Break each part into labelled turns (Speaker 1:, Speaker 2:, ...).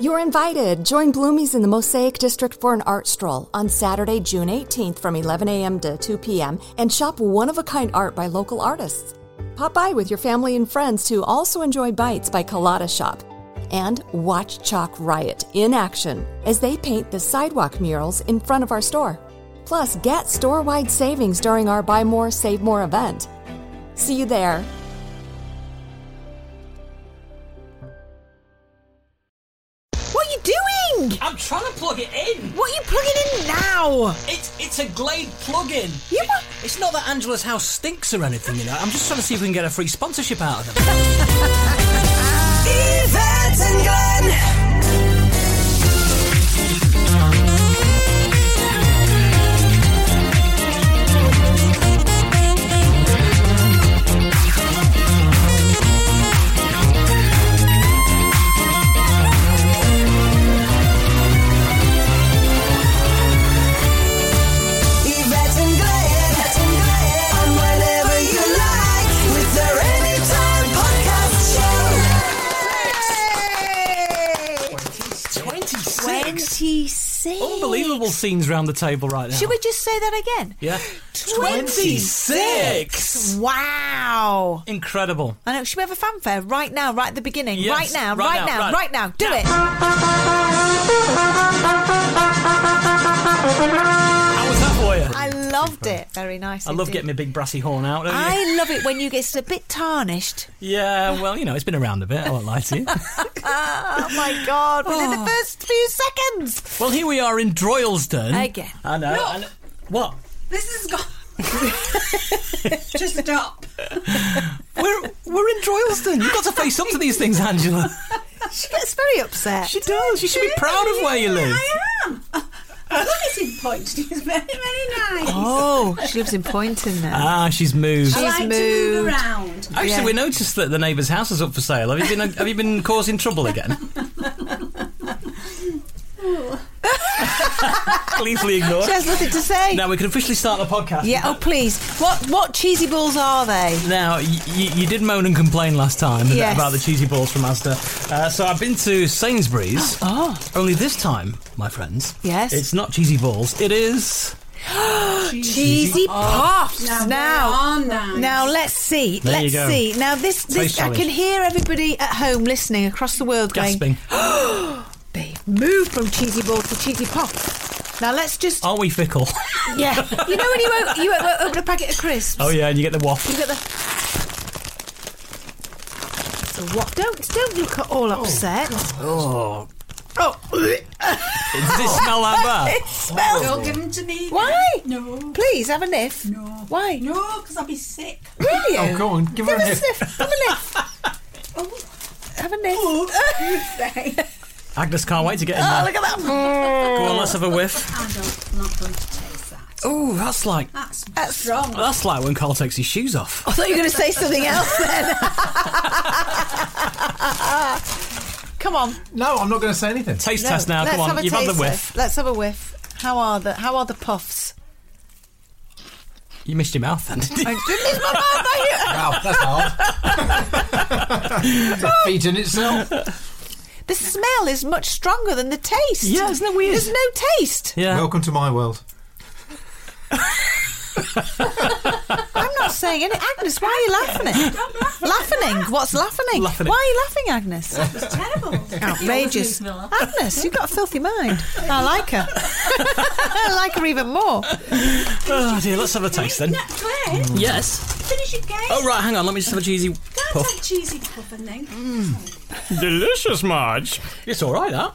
Speaker 1: You're invited. Join Bloomies in the Mosaic District for an art stroll on Saturday, June 18th from 11 a.m. to 2 p.m. and shop one of a kind art by local artists. Pop by with your family and friends to also enjoy Bites by Colada Shop and watch Chalk Riot in action as they paint the sidewalk murals in front of our store. Plus, get store wide savings during our Buy More, Save More event. See you there.
Speaker 2: What are you doing?
Speaker 3: I'm trying to plug it in.
Speaker 2: What are you plugging in now?
Speaker 3: It's it's a Glade plug-in.
Speaker 2: You mu-
Speaker 3: It's not that Angela's house stinks or anything, you know. I'm just trying to see if we can get a free sponsorship out of them.
Speaker 4: Yvette and Glenn. Yvette and Glenn. On whenever you like with their anytime podcast show.
Speaker 3: 26.
Speaker 2: 26.
Speaker 3: Unbelievable scenes round the table right now.
Speaker 2: Should we just say that again?
Speaker 3: Yeah. 26.
Speaker 2: Wow.
Speaker 3: Incredible.
Speaker 2: I know. Should we have a fanfare right now, right at the beginning?
Speaker 3: Yes,
Speaker 2: right now,
Speaker 3: right
Speaker 2: right,
Speaker 3: now,
Speaker 2: now,
Speaker 3: right-
Speaker 2: right now. Do
Speaker 3: now.
Speaker 2: it.
Speaker 3: How was that for you?
Speaker 2: I loved it. Very nice.
Speaker 3: I love
Speaker 2: indeed.
Speaker 3: getting my big brassy horn out, don't you?
Speaker 2: I love it when you get a bit tarnished.
Speaker 3: Yeah, well, you know, it's been around a bit, I won't lie to you.
Speaker 2: Oh my god! Within
Speaker 3: Oh.
Speaker 2: the first few seconds.
Speaker 3: well, here we are in Droylsden.
Speaker 2: Again.
Speaker 3: I know. I know. What?
Speaker 4: This is gone. Just stop.
Speaker 3: We're, we're in Droylsden. You've got to face up to these things, Angela.
Speaker 2: She gets very upset.
Speaker 3: She does. You should be proud of where you live.
Speaker 4: I am. Look at him pointing. He's very, very nice.
Speaker 2: Oh, she lives in Poynton now.
Speaker 3: Ah, she's moved.
Speaker 4: I
Speaker 2: he's
Speaker 4: like to
Speaker 2: moved.
Speaker 4: move around.
Speaker 3: Actually, we noticed that the neighbour's house is up for sale. Have you been? Have you been causing trouble again? Gleefully ignored.
Speaker 2: she has nothing to say.
Speaker 3: Now we can officially start the podcast.
Speaker 2: Yeah. Oh, please. What what cheesy balls are they?
Speaker 3: Now y- y- you did moan and complain last time
Speaker 2: Yes.
Speaker 3: about the cheesy balls from Asda. Uh, so I've been to Sainsbury's.
Speaker 2: Oh.
Speaker 3: Only this time, my friends.
Speaker 2: Yes.
Speaker 3: It's not cheesy balls. It is.
Speaker 2: Cheesy puffs.
Speaker 4: Now,
Speaker 2: now.
Speaker 4: they are nice.
Speaker 2: Now let's see.
Speaker 3: There you
Speaker 2: let's
Speaker 3: go.
Speaker 2: see. Now this,
Speaker 3: Taste
Speaker 2: this I can
Speaker 3: challenge.
Speaker 2: hear everybody at home listening across the world going,
Speaker 3: Gasping.
Speaker 2: they've moved from cheesy ball to cheesy puffs. Now let's just
Speaker 3: Aren't we fickle?
Speaker 2: yeah. you know when you o- you o- open a packet of crisps,
Speaker 3: oh yeah, and you get the waffle.
Speaker 2: you get the. So what? Don't don't look at all upset.
Speaker 3: Oh.
Speaker 2: Oh,
Speaker 3: Does it smell like that? Oh.
Speaker 2: it smells.
Speaker 4: Don't give them to me.
Speaker 2: Why?
Speaker 4: No.
Speaker 2: Please have a sniff.
Speaker 4: No.
Speaker 2: Why?
Speaker 4: No, because I'll be sick.
Speaker 2: Really?
Speaker 3: Oh, go on, give her
Speaker 2: Give
Speaker 3: a
Speaker 2: a
Speaker 3: nip.
Speaker 2: sniff. Have a sniff.
Speaker 4: Oh,
Speaker 2: Have a nip.
Speaker 4: oh.
Speaker 2: oh,
Speaker 4: you say.
Speaker 3: Agnes can't wait to get in there.
Speaker 2: look at that.
Speaker 3: Go on, let's have a whiff.
Speaker 4: I don't, I'm not going to taste that.
Speaker 3: Oh, that's like
Speaker 4: That's, strong.
Speaker 3: that's like when Carl takes his shoes off.
Speaker 2: I thought you were going to say something else then. Come on.
Speaker 5: No, I'm not going to say anything.
Speaker 3: Taste
Speaker 2: No,
Speaker 3: test now.
Speaker 2: let's
Speaker 3: Come
Speaker 2: have
Speaker 3: on,
Speaker 2: a
Speaker 3: you've had the
Speaker 2: taster.
Speaker 3: whiff.
Speaker 2: Let's have a whiff. How are the How are the puffs? Oh,
Speaker 3: You missed your mouth then, didn't you?
Speaker 2: It's my mouth, I hear-
Speaker 5: Wow, that's hard.
Speaker 2: Oh!
Speaker 5: That feeds in itself.
Speaker 2: the smell is much stronger than the taste.
Speaker 3: Yeah, isn't it weird?
Speaker 2: There's no taste.
Speaker 3: Yeah.
Speaker 5: Welcome to my world.
Speaker 2: I'm not saying anything. Agnes, why are you laughing? At? laughing? What's laughing?
Speaker 3: Laughing.
Speaker 2: Why are you laughing, Agnes? It's terrible.
Speaker 3: It always makes
Speaker 2: Outrageous.
Speaker 3: me laugh.
Speaker 2: Agnes, you've got a filthy mind. I like her. I like her even more.
Speaker 3: Oh dear, let's have a taste then. Mm.
Speaker 4: Claire?
Speaker 3: Yes.
Speaker 4: Finish your game.
Speaker 3: Oh right, hang on. Let me just have a cheesy
Speaker 4: That's
Speaker 3: puff.
Speaker 4: a cheesy puff and then.
Speaker 2: Mm.
Speaker 3: Delicious, Marge. It's all right, that.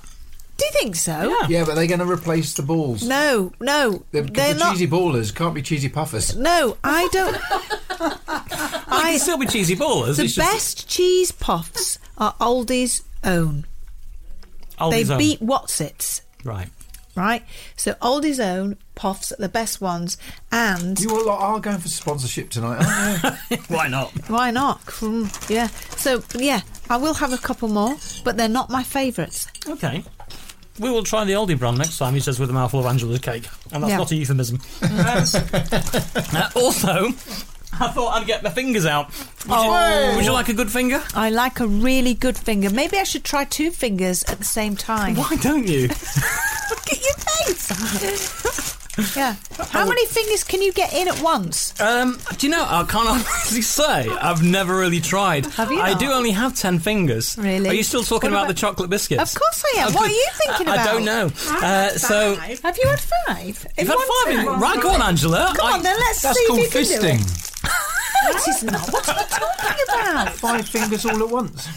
Speaker 2: Do you think so?
Speaker 5: Yeah, but they're going to replace the balls.
Speaker 2: No, no,
Speaker 5: The,
Speaker 2: they're,
Speaker 5: the
Speaker 2: not.
Speaker 5: cheesy ballers can't be cheesy puffers.
Speaker 2: No, I don't.
Speaker 3: I
Speaker 2: I-
Speaker 3: can still be cheesy ballers.
Speaker 2: the
Speaker 3: it's
Speaker 2: best cheese puffs are Aldi's own.
Speaker 3: Just Aldi's
Speaker 2: they
Speaker 3: own.
Speaker 2: beat Watsits,
Speaker 3: Right.
Speaker 2: right? So Aldi's own puffs are the best ones, and
Speaker 5: You all are going for sponsorship tonight, aren't you?
Speaker 3: Why not?
Speaker 2: why not? Mm, yeah. So yeah, I will have a couple more, but they're not my favourites.
Speaker 3: Okay. We will try the Aldi brand next time, he says, with a mouthful of Angela's cake. And that's
Speaker 2: Yeah.
Speaker 3: not a euphemism. Uh, also, I thought I'd get my fingers out. Would,
Speaker 2: Oh.
Speaker 3: you, would you like a good finger?
Speaker 2: I like a really good finger. Maybe I should try two fingers at the same time.
Speaker 3: Why don't you?
Speaker 2: Look at your face. yeah. How many fingers can you get in at once?
Speaker 3: Um, do you know, I can't honestly say. I've never really tried.
Speaker 2: Have you
Speaker 3: I
Speaker 2: not?
Speaker 3: do only have ten fingers.
Speaker 2: Really?
Speaker 3: Are you still talking
Speaker 2: What
Speaker 3: about,
Speaker 2: about-
Speaker 3: the chocolate biscuits?
Speaker 2: Of course I am. What are you thinking
Speaker 3: I, I
Speaker 2: about?
Speaker 3: don't know. Uh, so,
Speaker 2: Have you had five?
Speaker 3: you've had five. in- Right, go on, Angela.
Speaker 2: Come
Speaker 3: I-
Speaker 2: on, Oh, then let's
Speaker 5: That's
Speaker 2: see
Speaker 5: called
Speaker 2: if you can do it.
Speaker 5: fisting.
Speaker 2: No, it is not. What are you talking about?
Speaker 5: Five fingers all at once.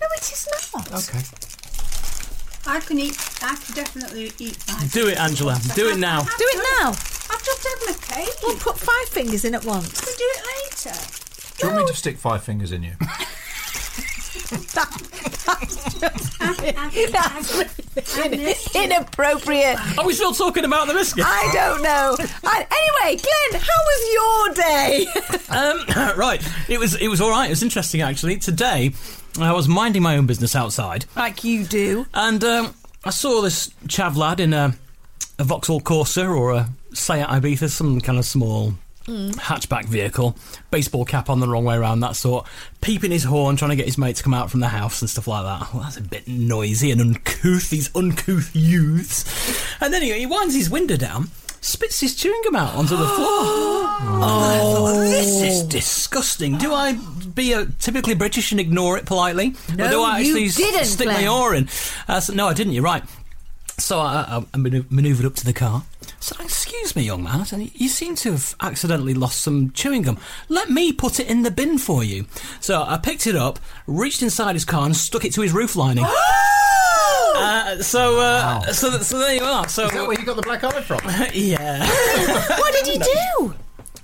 Speaker 2: No, it is not.
Speaker 5: Okay.
Speaker 4: I can eat. I can definitely eat five.
Speaker 3: Do it, Angela. Do it now.
Speaker 2: Do it now.
Speaker 4: I've just had my cake.
Speaker 2: We'll put five fingers in at once.
Speaker 4: We'll do it later.
Speaker 5: Do you want me to stick five fingers in you?
Speaker 2: That's
Speaker 4: Agnes,
Speaker 2: inappropriate.
Speaker 3: Are we still talking about the biscuits?
Speaker 2: I don't know. I, anyway, Glenn, how was your day?
Speaker 3: Um, right, it was it was all right. It was interesting actually. Today, I was minding my own business outside,
Speaker 2: like you do.
Speaker 3: and um, I saw this chav lad in a, a Vauxhall Corsa or a Seat Ibiza, some kind of small hatchback vehicle, baseball cap on the wrong way around, that sort, peeping his horn, trying to get his mate to come out from the house and stuff like that. Well, that's a bit noisy and uncouth. These uncouth youths, and then he, he winds his window down. Spits his chewing gum out onto the floor. Oh, this is disgusting. Do I be a typically British and ignore it politely?
Speaker 2: No,
Speaker 3: or do I
Speaker 2: you
Speaker 3: actually s-
Speaker 2: didn't,
Speaker 3: stick my
Speaker 2: Glenn.
Speaker 3: oar in? Uh, so, no, I didn't. You're right. So I, I, I manu- manoeuvred up to the car. So, excuse me, young man. I said, you seem to have accidentally lost some chewing gum. Let me put it in the bin for you. So I picked it up, reached inside his car, and stuck it to his roof lining. Uh, so, uh, so, th- so there you are. So,
Speaker 5: Is that where you got the black eye from?
Speaker 3: yeah.
Speaker 2: What did you do?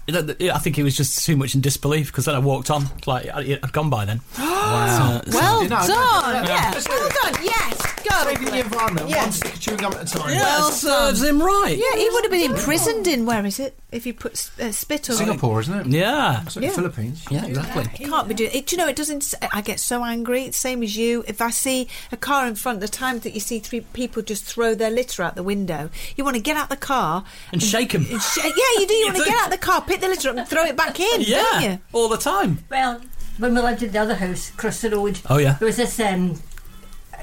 Speaker 3: Th- th- yeah, I think he was just too much in disbelief because then I walked on. Like, I- I'd gone by then. wow.
Speaker 2: Well
Speaker 5: No, no, no,
Speaker 2: Oh, done.
Speaker 5: no, no.
Speaker 2: Yeah.
Speaker 5: Just do
Speaker 2: Well
Speaker 5: it.
Speaker 2: done. Yes. Go.
Speaker 5: Saving the environment,
Speaker 2: Yeah.
Speaker 5: one stick of chewing gum at a time.
Speaker 3: yeah, it serves him right.
Speaker 2: Yeah, he would have been imprisoned in where is it? If you put uh, spit on
Speaker 5: Singapore, isn't it?
Speaker 3: Yeah.
Speaker 5: Is it the
Speaker 2: Yeah.
Speaker 5: Philippines.
Speaker 3: Yeah, exactly.
Speaker 2: It can't be doing it. Do you know it doesn't? s- I get so angry. Same as you. If I see a car in front, the time that you see three people just throw their litter out the window, you want to get out the car.
Speaker 3: And shake him.
Speaker 2: and sh- yeah, you do. You
Speaker 3: You
Speaker 2: want to
Speaker 3: do.
Speaker 2: get out the car, pick the litter up, and throw it back in. Don't
Speaker 3: Yeah,
Speaker 2: you?
Speaker 3: all the time.
Speaker 6: Well, when we lived in the other house across the road,
Speaker 3: Oh, yeah.
Speaker 6: there was this um,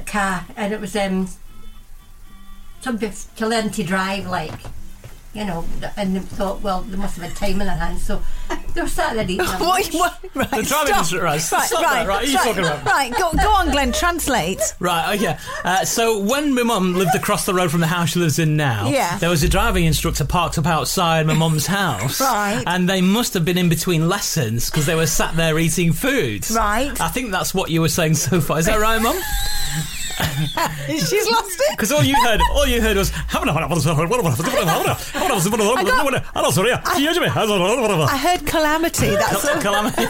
Speaker 6: car, and it was um, somebody f- to learn to drive, like you know. th- And they thought, well, there must have a time in their hands, so they were sat there eating. them.
Speaker 2: What, what, right,
Speaker 3: The driving
Speaker 2: stop.
Speaker 3: instructor, right,
Speaker 2: right,
Speaker 3: stop that, right,
Speaker 2: right,
Speaker 3: what are you talking about?
Speaker 2: right. Go, go on, Glenn. Translate.
Speaker 3: Right, oh yeah. Uh, so when my mum lived across the road from the house she lives in now,
Speaker 2: Yeah.
Speaker 3: there was a driving instructor parked up outside my mum's house.
Speaker 2: Right.
Speaker 3: And they must have been in between lessons because they were sat there eating food.
Speaker 2: Right.
Speaker 3: I think that's what you were saying so far. Is that right, mum?
Speaker 2: She's lost it.
Speaker 3: Because all you heard, all you heard was.
Speaker 2: I heard calamity. That's all.
Speaker 3: Calamity.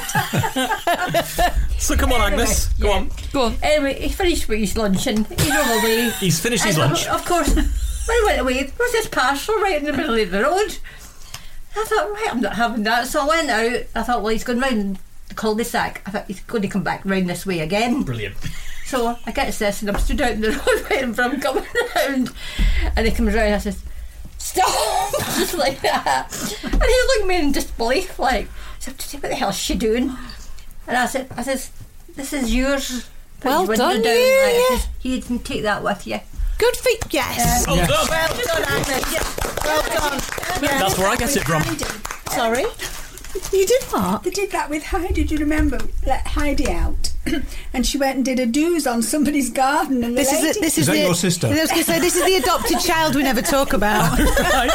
Speaker 3: so come on, Agnes. Go on.
Speaker 6: Go on. Anyway, he finished with his lunch and he drove away.
Speaker 3: He's finished his
Speaker 6: And
Speaker 3: lunch.
Speaker 6: Of course, when he went away, there was this parcel right in the middle of the road. I thought, right, I'm not having that. So I went out. I thought, well, he's going round the cul-de-sac. I thought he's going to come back round this way again.
Speaker 3: Brilliant.
Speaker 6: So I get to this and I'm stood out in the road waiting for him coming round. And he comes round and I says, Stop! Just like that. And he looked at me in disbelief, like, so, what the hell is she doing? And I said, I says, This is yours. Put
Speaker 2: Well
Speaker 6: his window
Speaker 2: done,
Speaker 6: down.
Speaker 2: you,
Speaker 6: Like, I
Speaker 2: yeah.
Speaker 6: says, You didn't take that with you. Um,
Speaker 2: Good feet. Yes.
Speaker 3: Well done.
Speaker 2: Well done, Agnes. Well done.
Speaker 3: That's where I get it from.
Speaker 2: Sorry.
Speaker 4: You did what? They did that with Heidi. Do you remember? Let Heidi out, and she went and did a doos on somebody's garden. And the
Speaker 2: This is
Speaker 4: lady-
Speaker 2: it. This is, the, I was going to say this is the adopted child we never talk about.
Speaker 4: And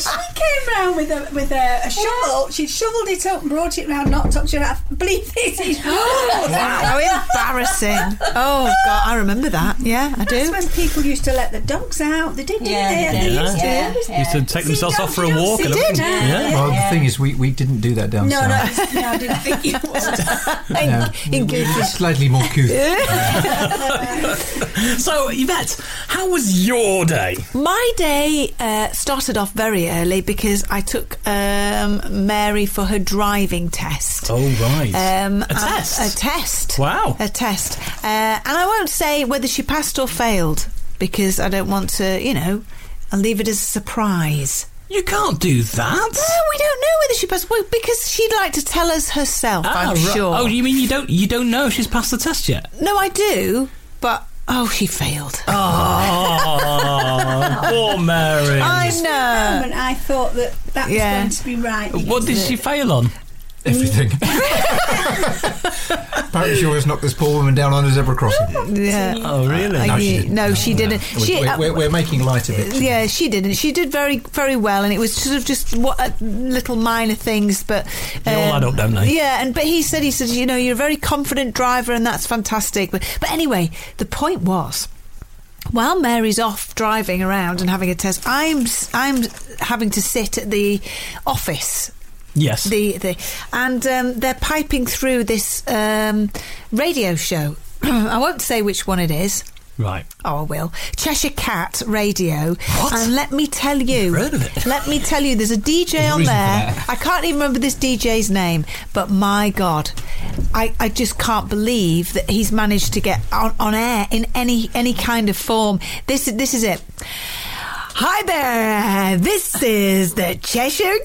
Speaker 4: she came round with a with a, a shovel. She shoveled it up and brought it round, knocked up. She went, "I believe this is yours."
Speaker 2: Wow, how embarrassing! Oh God, I remember that. Yeah, I
Speaker 4: That's
Speaker 2: do.
Speaker 4: when people used to let the dogs out. They did, didn't
Speaker 6: Yeah,
Speaker 4: they?
Speaker 6: they
Speaker 4: They
Speaker 6: did.
Speaker 4: used to.
Speaker 6: Yeah.
Speaker 3: Used to take themselves off for a walk.
Speaker 4: They
Speaker 3: and
Speaker 4: did.
Speaker 3: everything.
Speaker 4: Yeah.
Speaker 5: Well, the thing is, we, we didn't do that down
Speaker 4: No, no,
Speaker 5: south.
Speaker 4: it's- no, I didn't think you
Speaker 5: No, we- we were slightly more couth.
Speaker 3: So, Yvette, how was your day?
Speaker 2: My day uh, started off very early because I took um, Mary for her driving test.
Speaker 3: Oh, right.
Speaker 2: Um,
Speaker 3: A
Speaker 2: and-
Speaker 3: test? Oh.
Speaker 2: A test.
Speaker 3: Wow.
Speaker 2: A test. Uh, and I won't say whether she passed or failed because I don't want to, you know, I'll leave it as a surprise.
Speaker 3: You can't do that.
Speaker 2: No, we don't know whether she passed well, because she'd like to tell us herself. I'm
Speaker 3: right.
Speaker 2: sure.
Speaker 3: Oh, you mean you don't you don't know if she's passed the test yet?
Speaker 2: No, I do, but oh, she failed.
Speaker 3: Oh, Ah, poor Mary.
Speaker 2: I know.
Speaker 4: And I thought that that
Speaker 2: Yeah.
Speaker 4: was going to be right.
Speaker 3: What did she fail on?
Speaker 5: Everything. Apparently, she always knocked this poor woman down on a zebra crossing. Uh,
Speaker 2: Yeah.
Speaker 3: Oh, really?
Speaker 2: I-
Speaker 5: No, she didn't.
Speaker 2: No, she didn't.
Speaker 5: We're,
Speaker 2: She,
Speaker 5: we're,
Speaker 2: uh,
Speaker 5: we're, we're making light of it.
Speaker 2: yeah, she didn't. She did very, very well, and it was sort of just what uh, little minor things, but um,
Speaker 3: They all add up, don't they?
Speaker 2: Yeah, and but he said, he said, you know, you're a very confident driver, and that's fantastic. But, but anyway, the point was. While Mary's off driving around and having a test, I'm s- I'm having to sit at the office
Speaker 3: Yes.
Speaker 2: the, the and um, they're piping through this um, radio show. I won't say which one it is.
Speaker 3: right.
Speaker 2: Oh, I will. Cheshire Cat Radio. And let me tell you.
Speaker 3: heard of it.
Speaker 2: Let me tell you, there's a DJ
Speaker 5: There's a
Speaker 2: on
Speaker 5: reason for
Speaker 2: there.
Speaker 5: that.
Speaker 2: I can't even remember this DJ's name, but my God. I, I just can't believe that he's managed to get on, on air in any any kind of form. This is this is it. Hi there, this is the Cheshire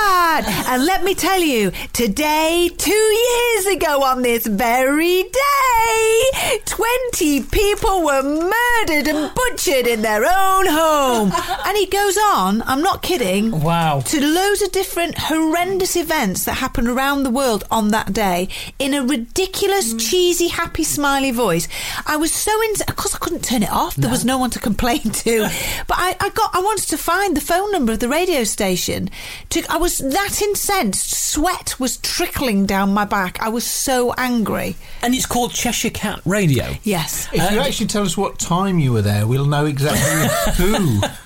Speaker 2: Cat. And let me tell you, today, two years ago on this very day, 20 people were murdered and butchered in their own home. And he goes on, I'm not kidding
Speaker 3: Wow.
Speaker 2: to loads of different horrendous events that happened around the world on that day in a ridiculous,
Speaker 3: Mm.
Speaker 2: cheesy, happy, smiley voice. I was so in. Of course, I couldn't turn it off. There was no one to complain to. but I, I got. I wanted to find the phone number of the radio station. To, I was that incensed. Sweat was trickling down my back. I was so angry.
Speaker 3: And it's called Cheshire Cat Radio. Uh,
Speaker 2: Yes,
Speaker 5: If you actually tell us what time you were there, we'll know exactly who.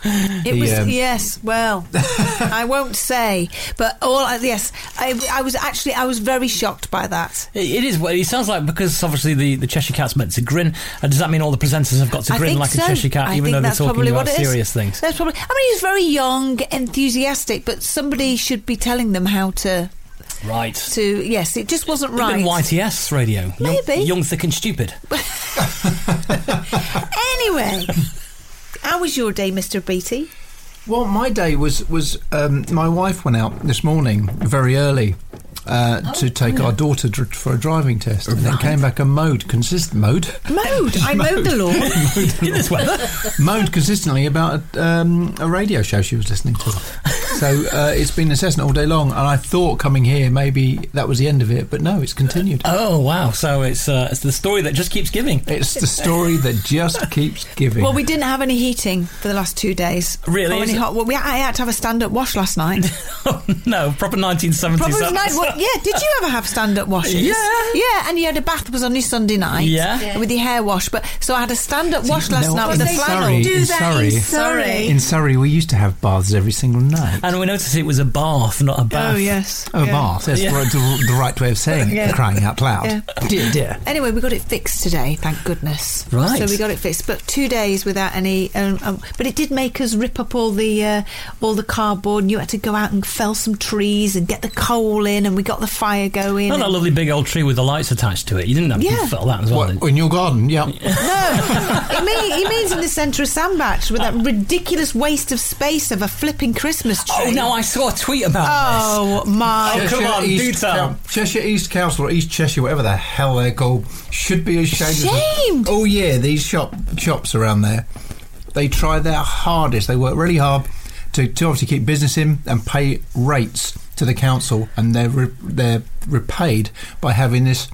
Speaker 2: it
Speaker 5: the,
Speaker 2: was.
Speaker 5: um,
Speaker 2: yes, well, I won't say. But all. Yes, I, I was actually. I was very shocked by that.
Speaker 3: It it is. what It sounds like because obviously the, the Cheshire Cat's meant to grin. And does that mean all the presenters have got to
Speaker 2: I
Speaker 3: grin
Speaker 2: think
Speaker 3: like
Speaker 2: so.
Speaker 3: a Cheshire Cat,
Speaker 2: I
Speaker 3: even
Speaker 2: think
Speaker 3: though they're
Speaker 2: that's
Speaker 3: talking
Speaker 2: probably
Speaker 3: about
Speaker 2: what it is.
Speaker 3: serious things?
Speaker 2: That's probably. I mean, he's very young, enthusiastic, but somebody should be telling them how to.
Speaker 3: Right.
Speaker 2: To yes, it just wasn't
Speaker 3: Bit
Speaker 2: right.
Speaker 3: of YTS radio.
Speaker 2: Maybe.
Speaker 3: Young, young, thick, and stupid.
Speaker 2: Anyway, how was your day, Mister Beatty?
Speaker 5: Well, my day was was um, my wife went out this morning very early uh,
Speaker 3: Oh,
Speaker 5: to take our daughter dr- for a driving test, and then came back and mowed consist mowed
Speaker 2: Mowed. I mowed the lawn.
Speaker 3: In this weather.
Speaker 5: mowed consistently about um, a radio show she was listening to. so uh, it's been incessant all day long, and I thought coming here maybe that was the end of it, but no, it's continued.
Speaker 3: Oh wow! So it's uh, it's the story that just keeps giving.
Speaker 5: It's the story that just keeps giving.
Speaker 2: Well, we didn't have any heating for the last two days.
Speaker 3: Really?
Speaker 2: Or any hot. Well, we, I had to have a stand-up wash last night.
Speaker 3: no, proper 1970s.
Speaker 2: Probably
Speaker 3: that-
Speaker 2: night. Well, yeah. Did you ever have stand-up washes?
Speaker 3: Yeah.
Speaker 2: Yeah, and you had a bath. It was on your Sunday night.
Speaker 3: Yeah. Yeah.
Speaker 2: With your hair wash, but so I had a stand-up wash last
Speaker 5: no,
Speaker 2: night with
Speaker 5: in
Speaker 2: a flannel.
Speaker 5: Surrey, in Surrey,
Speaker 2: Surrey.
Speaker 5: in Surrey, we used to have baths every single night.
Speaker 3: And we noticed it was a bath, not a bath.
Speaker 2: Oh yes.
Speaker 5: Oh,
Speaker 2: Yeah.
Speaker 5: bath. That's
Speaker 3: Yeah.
Speaker 5: the, the- the right way of saying it,
Speaker 2: Yeah.
Speaker 5: crying out loud.
Speaker 2: Yeah.
Speaker 5: Dear, dear.
Speaker 2: Anyway, we got it fixed today, thank goodness.
Speaker 3: Right.
Speaker 2: So we got it fixed, but two days without any. Um, um, but it did make us rip up all the uh, all the cardboard. And you had to go out and fell some trees and get the coal in, and we got the fire going.
Speaker 3: Oh, that lovely big old tree with the lights attached to it. You didn't have
Speaker 2: Yeah.
Speaker 3: to fill that as well. did
Speaker 5: What,
Speaker 3: you?
Speaker 5: in your garden, yeah.
Speaker 2: no, it, mean, it means in the centre of Sandbach with that ridiculous waste of space of a flipping Christmas tree.
Speaker 3: Oh no! I saw a tweet about this.
Speaker 2: Oh my!
Speaker 3: Oh, come on, do tell.
Speaker 5: Coun- Cheshire East Council or East Cheshire, whatever the hell they're called, should be ashamed.
Speaker 2: Shamed.
Speaker 5: Of oh yeah, these shop shops around there, they try their hardest. They work really hard to, to obviously keep business in and pay rates to the council, and they're re- they're repaid by having this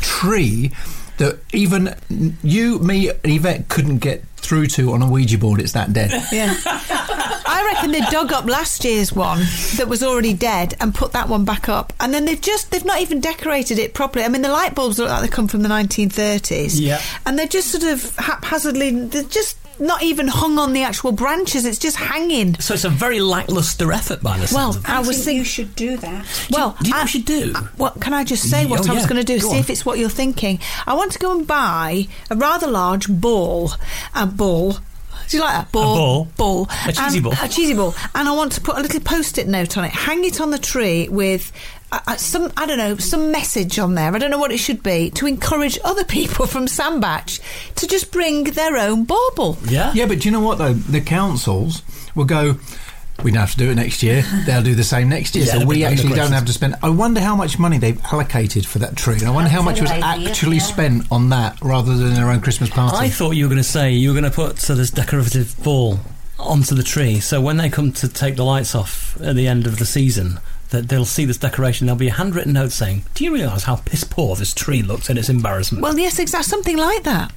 Speaker 5: tree that even you, me, and Yvette couldn't get through to on a Ouija board. It's that dead.
Speaker 2: Yeah. I reckon they dug up last year's one that was already dead and put that one back up. And then they've just, they've not even decorated it properly. I mean, the light bulbs look like they come from the 1930s.
Speaker 7: Yeah.
Speaker 2: And they're just sort of haphazardly, they're just not even hung on the actual branches. It's just hanging.
Speaker 3: So it's a very lackluster effort by this.
Speaker 2: Well, I, was
Speaker 4: think
Speaker 2: thinking.
Speaker 4: you should do that.
Speaker 2: Well,
Speaker 3: do you know
Speaker 2: I
Speaker 3: what you do?
Speaker 2: What can I just say? What
Speaker 3: Oh,
Speaker 2: I was
Speaker 3: yeah.
Speaker 2: going to do?
Speaker 3: Go
Speaker 2: see
Speaker 3: on.
Speaker 2: if it's what you're thinking. I want to go and buy a rather large ball, a ball. Do you like that ball?
Speaker 3: ball.
Speaker 2: ball,
Speaker 3: A cheesy
Speaker 2: and-
Speaker 3: ball.
Speaker 2: a cheesy ball, and I want to put a little post-it note on it. Hang it on the tree with. Uh, uh, some I don't know some message on there. I don't know what it should be to encourage other people from Sandbach to just bring their own bauble.
Speaker 3: Yeah.
Speaker 5: Yeah, but do you know what though? The councils will go. We don't have to do it next year. They'll do the same next year.
Speaker 3: Yeah,
Speaker 5: so
Speaker 3: they'll be
Speaker 5: we
Speaker 3: back
Speaker 5: actually don't
Speaker 3: decorations.
Speaker 5: have to spend. I wonder how much money they've allocated for that tree, and I wonder how much
Speaker 3: That's
Speaker 5: was
Speaker 3: a good idea,
Speaker 5: actually
Speaker 3: yeah.
Speaker 5: spent on that rather than their own Christmas party.
Speaker 3: I thought you were going to say you were going to put so this decorative ball onto the tree, so when they come to take the lights off at the end of the season, that they'll see this decoration. There'll be a handwritten note saying, "Do you realise how piss poor this tree looks and its embarrassment?"
Speaker 2: Well, yes, exactly something like that.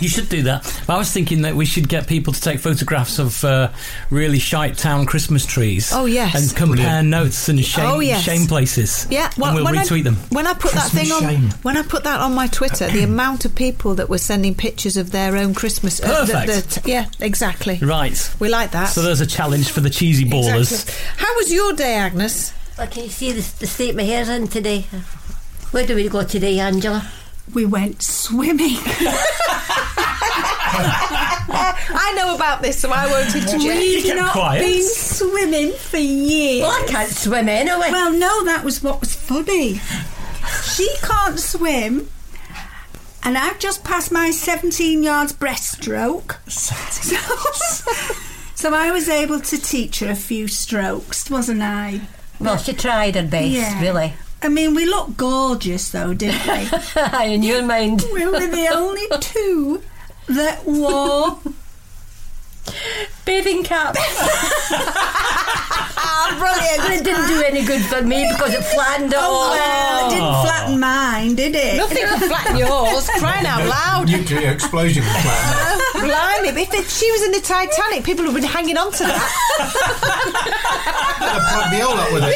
Speaker 3: You should do that. But I was thinking that we should get people to take photographs of uh, really shite town Christmas trees.
Speaker 2: Oh, yes.
Speaker 3: and compare notes and shame,
Speaker 2: Oh, yes.
Speaker 3: shame places.
Speaker 2: Yeah,
Speaker 3: and we'll
Speaker 2: when
Speaker 3: retweet
Speaker 2: I,
Speaker 3: them.
Speaker 2: When I put that
Speaker 3: Christmas
Speaker 2: thing on,
Speaker 3: shame.
Speaker 2: when I put that on my Twitter, the amount of people that were sending pictures of their own Christmas. uh, the-
Speaker 3: Perfect.
Speaker 2: the- yeah, exactly.
Speaker 3: Right.
Speaker 2: We like that.
Speaker 3: So there's a challenge for the cheesy ballers.
Speaker 2: Exactly. How was your day, Agnes?
Speaker 6: Okay, you see the, the state my hair's in today. Where do we go today, Angela?
Speaker 4: We went swimming.
Speaker 2: I know about this, so I won't interject.
Speaker 4: We've not
Speaker 6: quiet.
Speaker 4: been swimming for years.
Speaker 6: Well, I can't swim anyway.
Speaker 4: Well, no, that was what was funny. She can't swim, and I've just passed my 17 yards breaststroke. So, so I was able to teach her a few strokes, wasn't I?
Speaker 6: Well, she tried her best, really.
Speaker 4: I mean, we looked gorgeous, though, didn't we?
Speaker 6: In your mind.
Speaker 4: we were the only two that wore
Speaker 6: Bathing cap.
Speaker 4: Ah, brilliant.
Speaker 6: But it didn't do any good for me because it flattened it all.
Speaker 4: Oh, well, it didn't
Speaker 6: Oh.
Speaker 4: flatten mine, did it?
Speaker 2: Nothing could flatten yours. Crying out loud. Oh,
Speaker 5: Nuclear explosion.
Speaker 2: Blimey, if it, she was in the Titanic, people would have been hanging on to that.
Speaker 5: the all up with it.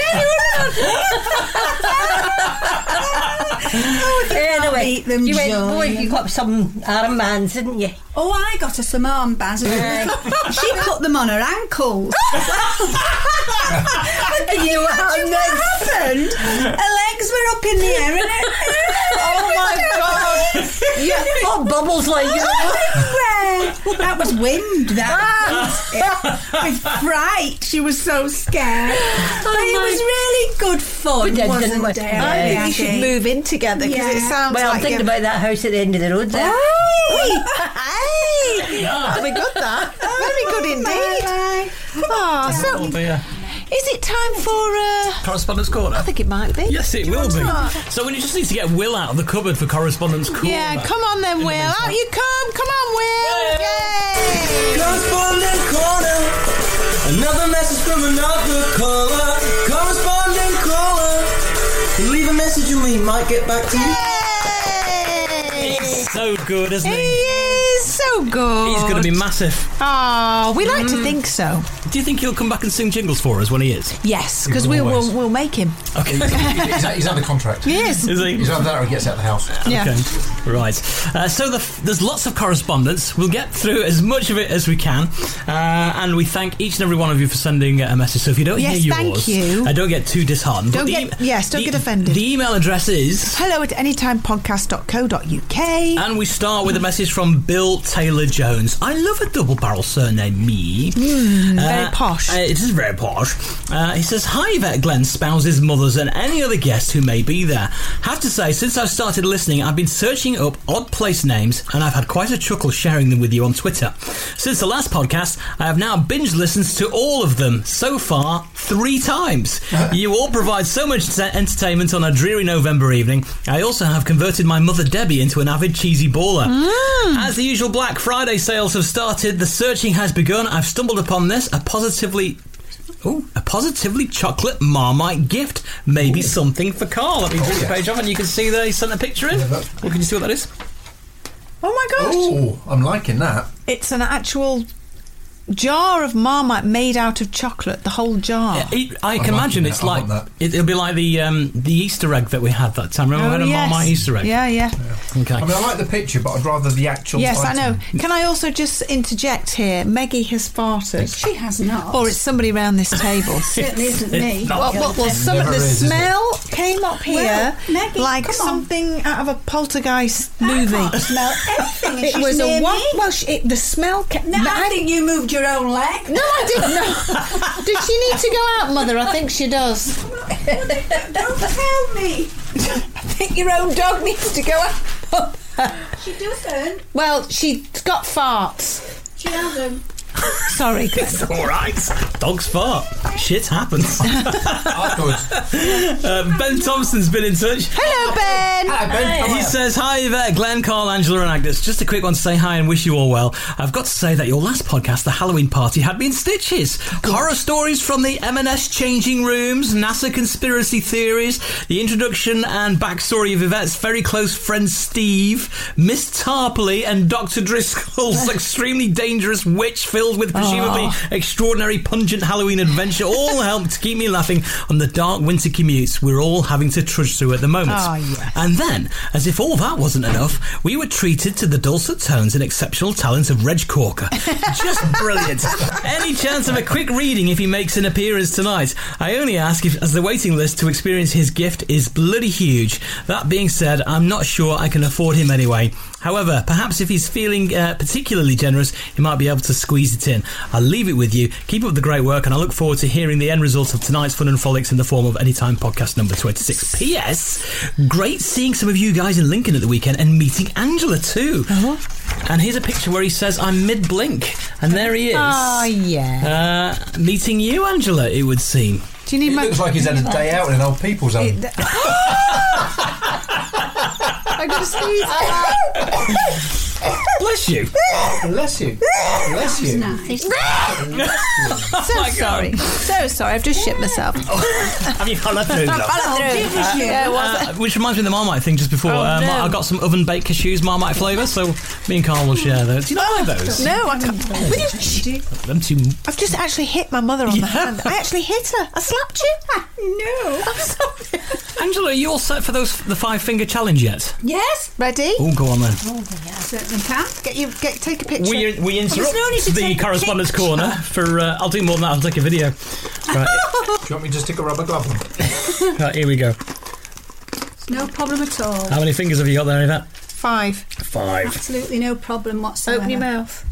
Speaker 6: Anyway,
Speaker 4: beat them,
Speaker 6: you went,
Speaker 4: Joe.
Speaker 6: boy, you got some arm bands, didn't you?
Speaker 4: Oh, I got her some armbands. she put them on her ankles. Can you imagine what happened? Her legs were up in the air and her,
Speaker 2: Oh my god!
Speaker 6: Yeah, not bubbles like you.
Speaker 4: Everywhere. Oh, That was wind. That was with fright. She was so scared. but it
Speaker 6: my-
Speaker 4: was really good
Speaker 6: We
Speaker 4: fun,
Speaker 6: did, didn't we?
Speaker 4: wasn't it?
Speaker 6: I think
Speaker 2: You should
Speaker 4: Jackie?
Speaker 2: move in together because it
Speaker 4: Yeah.
Speaker 2: sounds
Speaker 6: Well, I'm
Speaker 2: like
Speaker 6: thinking
Speaker 2: you're-
Speaker 6: about that house at the end of the road there.
Speaker 2: Hey! hey! That'll be good, that. That'll be good indeed.
Speaker 4: Bye.
Speaker 2: Ah, so
Speaker 3: Oh, That'll be a
Speaker 2: is it time for? Uh,
Speaker 3: correspondence corner.
Speaker 2: I think it might be.
Speaker 3: Yes, it will be. So we just need to get Will out of the cupboard for correspondence corner.
Speaker 2: Yeah, come on then, Will. Out you come. Come on, Will. Yay!
Speaker 7: Correspondent corner. Another message from another caller. Correspondent caller. You leave a message and we might get back to you.
Speaker 3: He's so good, isn't
Speaker 2: He
Speaker 3: he?
Speaker 2: is so good.
Speaker 3: He's going to be massive. Mm.
Speaker 2: Oh, we like to think so.
Speaker 3: Do you think he'll come back and sing jingles for us when he is?
Speaker 2: Yes, because
Speaker 5: will
Speaker 2: we
Speaker 5: always.
Speaker 2: will we'll make him.
Speaker 3: Mm. Okay.
Speaker 5: he's, he's under contract.
Speaker 2: Yes.
Speaker 3: Is he?
Speaker 5: He's under that or he gets out of the house.
Speaker 2: Yeah.
Speaker 3: Okay. Right. Uh, so the f- there's lots of correspondence. We'll get through as much of it as we can, uh, and we thank each and every one of you for sending a message. So if you don't
Speaker 2: Yes,
Speaker 3: hear
Speaker 2: thank
Speaker 3: yours,
Speaker 2: you.
Speaker 3: Uh, don't get too disheartened. But
Speaker 2: Don't
Speaker 3: the
Speaker 2: get- yes, don't
Speaker 3: the-
Speaker 2: get offended.
Speaker 3: The email address is,
Speaker 2: Hello at anytimepodcast.co.uk.
Speaker 3: and we start with a message from Bill Taylor Jones. I love a double barrel surname, me.
Speaker 2: Hmm, very posh.
Speaker 3: Uh, it is very posh. Uh, he says, Hi, Yvette Glenn, spouses, mothers, and any other guest who may be there. Have to say, since I've started listening, I've been searching up odd place names, and I've had quite a chuckle sharing them with you on Twitter. Since the last podcast, I have now binge listened to all of them so far three times. you all provide so much t- entertainment on a dreary November evening. I also have converted my mother Debbie into an avid cheesy baller. As the usual, usual Black Friday sales have started. The searching has begun. I've stumbled upon this a positively. Ooh, a positively chocolate Marmite gift. Maybe something for Carl. Let me
Speaker 7: Oh,
Speaker 3: drink the
Speaker 7: yes.
Speaker 3: page off and you can see they sent a picture in. Well, can you see what that is?
Speaker 2: Oh my gosh.
Speaker 5: Oh, I'm liking that.
Speaker 2: It's an actual jar of Marmite made out of chocolate, the whole jar.
Speaker 3: It- I can imagine it's like it, it'll be like the um, the Easter egg that we had that time. Remember, we had a Marmite Easter egg.
Speaker 2: Oh, Yeah, yeah.
Speaker 3: Okay.
Speaker 5: I mean, I like the picture, but I'd rather the actual.
Speaker 2: Yes, I
Speaker 5: item.
Speaker 2: know. Can I also just interject here? Meggie has farted. She
Speaker 4: has not.
Speaker 2: Or it's somebody round this table.
Speaker 4: Certainly isn't me. It's not.
Speaker 2: Well, well, well,
Speaker 4: It
Speaker 2: some,
Speaker 4: never
Speaker 2: the
Speaker 4: is, is it?
Speaker 2: smell came up here
Speaker 4: Well, Maggie,
Speaker 2: like
Speaker 4: come on.
Speaker 2: something out of a poltergeist movie.
Speaker 4: smell
Speaker 2: It
Speaker 4: anything.
Speaker 2: was a one. Well, she, it, the smell. Ca-
Speaker 4: No, I think you moved your own leg.
Speaker 2: No, I didn't. No. Did she need to go out, Mother? I think she does.
Speaker 4: Don't tell me.
Speaker 2: I think your own dog needs to go out.
Speaker 4: She doesn't.
Speaker 2: well, she's got farts.
Speaker 4: She hasn't.
Speaker 2: Sorry,
Speaker 3: It's all right. Dogs fart. Shit happens. uh, ben Thompson's been in touch.
Speaker 2: Hello, Ben.
Speaker 3: He says, Hi there, Glenn, Carl, Angela, and Agnes. Just a quick one to say hi and wish you all well. I've got to say that your last podcast, The Halloween Party, had me in stitches. Horror stories from the M&S changing rooms, NASA conspiracy theories, the introduction and backstory of Yvette's very close friend Steve, Miss Tarpley, and Dr. Driscoll's extremely dangerous witch filled with presumably
Speaker 7: Aw.
Speaker 3: extraordinary pungent Halloween adventure all helped to keep me laughing on the dark winter commutes we're all having to trudge through at the moment.
Speaker 7: Ah, yes.
Speaker 3: And then, as if all that wasn't enough, we were treated to the dulcet tones and exceptional talent of Reg Corker. Just brilliant. Any chance of a quick reading if he makes an appearance tonight? I only ask if, as the waiting list to experience his gift is bloody huge. That being said, I'm not sure I can afford him anyway. However, perhaps if he's feeling uh, particularly generous, he might be able to squeeze it in. I'll leave it with you. Keep up the great work, and I look forward to hearing the end result of tonight's fun and frolics in the form of Anytime Podcast number 26. P.S. Great seeing some of you guys in Lincoln at the weekend and meeting Angela too. And here's a picture where he says, I'm mid blink. And there he is.
Speaker 2: Oh, yeah.
Speaker 3: Uh, meeting you, Angela, it would seem.
Speaker 2: Do you need
Speaker 5: It looks like he's had a day out in an old people's home.
Speaker 2: I just sneezed.
Speaker 3: Bless you.
Speaker 5: Bless you. Bless you.
Speaker 3: Oh
Speaker 2: so sorry. So sorry. I've just shit myself.
Speaker 3: Have you followed through?
Speaker 2: I
Speaker 3: love?
Speaker 2: followed through.
Speaker 3: Uh,
Speaker 2: Yeah, it was
Speaker 3: uh, which reminds me of the Marmite thing just before. um,
Speaker 2: Oh, no.
Speaker 3: I got some oven baked cashews, Marmite flavour, so me and Carl will share those. Do you not like those?
Speaker 2: Oh,
Speaker 3: Oh,
Speaker 2: No, I can't. Will you sh-
Speaker 3: Them too.
Speaker 2: I've just actually hit my mother on the hand. I actually hit her. I slapped you. Oh,
Speaker 4: no.
Speaker 2: I'm sorry.
Speaker 3: Angela, are you all set for those the five finger challenge yet?
Speaker 4: Yes.
Speaker 2: Ready?
Speaker 3: Oh, go on then.
Speaker 4: Certainly can.
Speaker 2: Get you. Get take a picture.
Speaker 3: We, we interrupt
Speaker 2: There's no need to
Speaker 3: the
Speaker 2: take a
Speaker 3: correspondence corner for. Uh, I'll do more than that. I'll take a video. Right,
Speaker 5: Do you want me to stick a rubber glove on?
Speaker 3: right, here we go.
Speaker 4: It's no problem at all.
Speaker 3: How many fingers have you got there, Yvette?
Speaker 2: Five.
Speaker 3: Five.
Speaker 4: Absolutely no problem whatsoever.
Speaker 2: Open your mouth.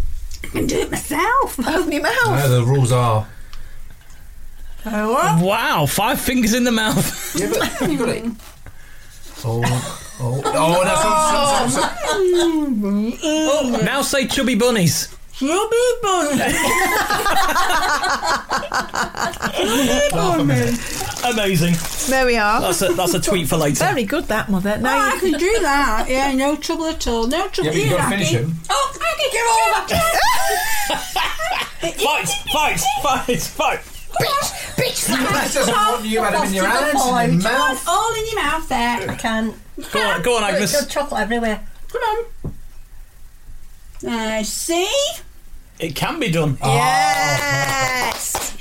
Speaker 4: I can do it myself.
Speaker 2: Open your mouth.
Speaker 5: No, the rules are.
Speaker 3: Uh, Wow, five fingers in the mouth.
Speaker 5: Yeah, but you got it. Oh, oh, oh, that's some, some, some,
Speaker 3: Oh, Now say chubby bunnies. Amazing.
Speaker 2: There we are.
Speaker 3: That's a, that's a tweet for later.
Speaker 2: Very good, that mother.
Speaker 4: Oh,
Speaker 2: Now
Speaker 4: I can do that. Yeah, no trouble at all. No trouble.
Speaker 5: Yeah, but you've
Speaker 4: Here,
Speaker 5: got to finish
Speaker 4: Aki.
Speaker 5: him.
Speaker 4: Oh, Maggie, get over.
Speaker 3: Fight, fight, fight, fight.
Speaker 4: bitch, bitch slap.
Speaker 5: That's just what you had him in your
Speaker 4: Off to
Speaker 5: hands, in your
Speaker 4: the point. Come on,
Speaker 5: mouth.
Speaker 4: All in your mouth there.
Speaker 6: I can't.
Speaker 3: Go on, go on
Speaker 6: There's
Speaker 3: Agnes.
Speaker 6: chocolate everywhere.
Speaker 4: Come on. Now, see?
Speaker 3: It can be done.
Speaker 2: Yes.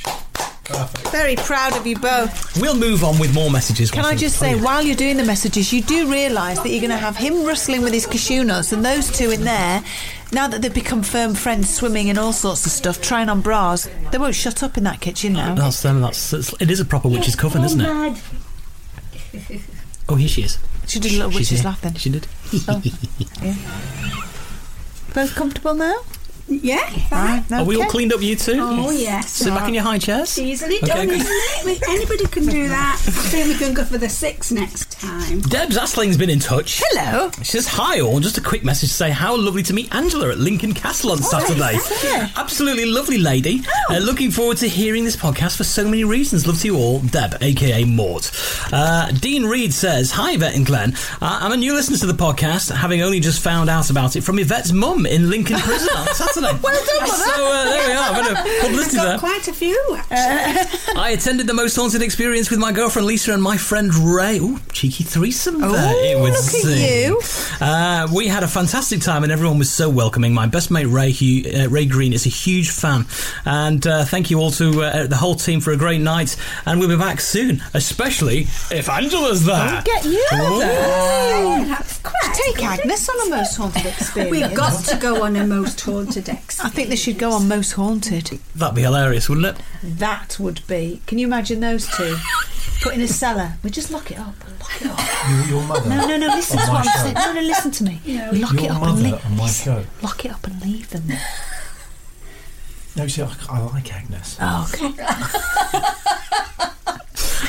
Speaker 2: Very proud of you both.
Speaker 3: We'll move on with more messages.
Speaker 2: Can I
Speaker 3: once
Speaker 2: just
Speaker 3: we-
Speaker 2: say, while you're doing the messages, you do realise that you're going to have him rustling with his cashew nuts and those two in there. Now that they've become firm friends, swimming and all sorts of stuff, trying on bras, they won't shut up in that kitchen now.
Speaker 3: That's them. That's it's, it is a proper witch's coven, isn't it?
Speaker 6: Mad.
Speaker 3: Oh, here she is.
Speaker 2: She did a little
Speaker 3: She's
Speaker 2: witch's
Speaker 3: here.
Speaker 2: Oh. laugh then.
Speaker 3: She did.
Speaker 2: Both comfortable now?
Speaker 4: Yeah.
Speaker 3: Right. Are we all cleaned up, you two?
Speaker 4: Oh, yes.
Speaker 3: Sit back in your high chairs.
Speaker 4: Easily
Speaker 3: Okay,
Speaker 4: done,
Speaker 3: good.
Speaker 4: isn't it? We- Anybody can do that. I think we can go for the six next time.
Speaker 3: Deb Zasling's been in touch.
Speaker 4: Hello.
Speaker 3: She says, Hi all, just a quick message to say how lovely to meet Angela at Lincoln Castle
Speaker 4: Oh,
Speaker 3: on Saturday.
Speaker 7: thank you.
Speaker 3: Absolutely lovely lady. Uh, looking forward to hearing this podcast for so many reasons. Love to you all, Deb, aka Mort. Uh, Dean Reed says, Hi, Yvette and Glenn. Uh, I'm a new listener to the podcast, having only just found out about it from Yvette's mum in Lincoln Prison on Saturday.
Speaker 4: well done,
Speaker 3: So uh, there we are, a bit of publicity
Speaker 4: I've got
Speaker 3: there.
Speaker 4: quite a few. actually.
Speaker 3: I attended the most haunted experience with my girlfriend Lisa and my friend Ray. Ooh, cheeky threesome there, it would
Speaker 7: Oh, look at
Speaker 3: seem. Uh, we had a fantastic time and everyone was so welcoming. My best mate Ray Hu uh, Ray Green is a huge fan, and uh, thank you all to uh, the whole team for a great night. And we'll be back soon, especially if Angela's there.
Speaker 2: Get you
Speaker 3: Ooh.
Speaker 2: Oh, Take Agnes on a most haunted experience.
Speaker 4: We've got to
Speaker 2: go on a most haunted experience. I think they should go on most haunted.
Speaker 3: That'd be hilarious, wouldn't it?
Speaker 2: That would be. Can you imagine those two? Put in a cellar. We just lock it up. and Lock it up.
Speaker 5: Your, your mother.
Speaker 2: No, no, no.
Speaker 3: Oh,
Speaker 2: Listen
Speaker 5: on
Speaker 2: to
Speaker 5: my
Speaker 2: what I'm
Speaker 5: show.
Speaker 2: saying. No, no. Listen to me. Lock
Speaker 5: your
Speaker 2: it up and
Speaker 5: mother
Speaker 2: leave.
Speaker 5: on my show.
Speaker 2: Lock it up and leave them. there.
Speaker 5: No, see, I, I like Agnes.
Speaker 2: Oh, okay.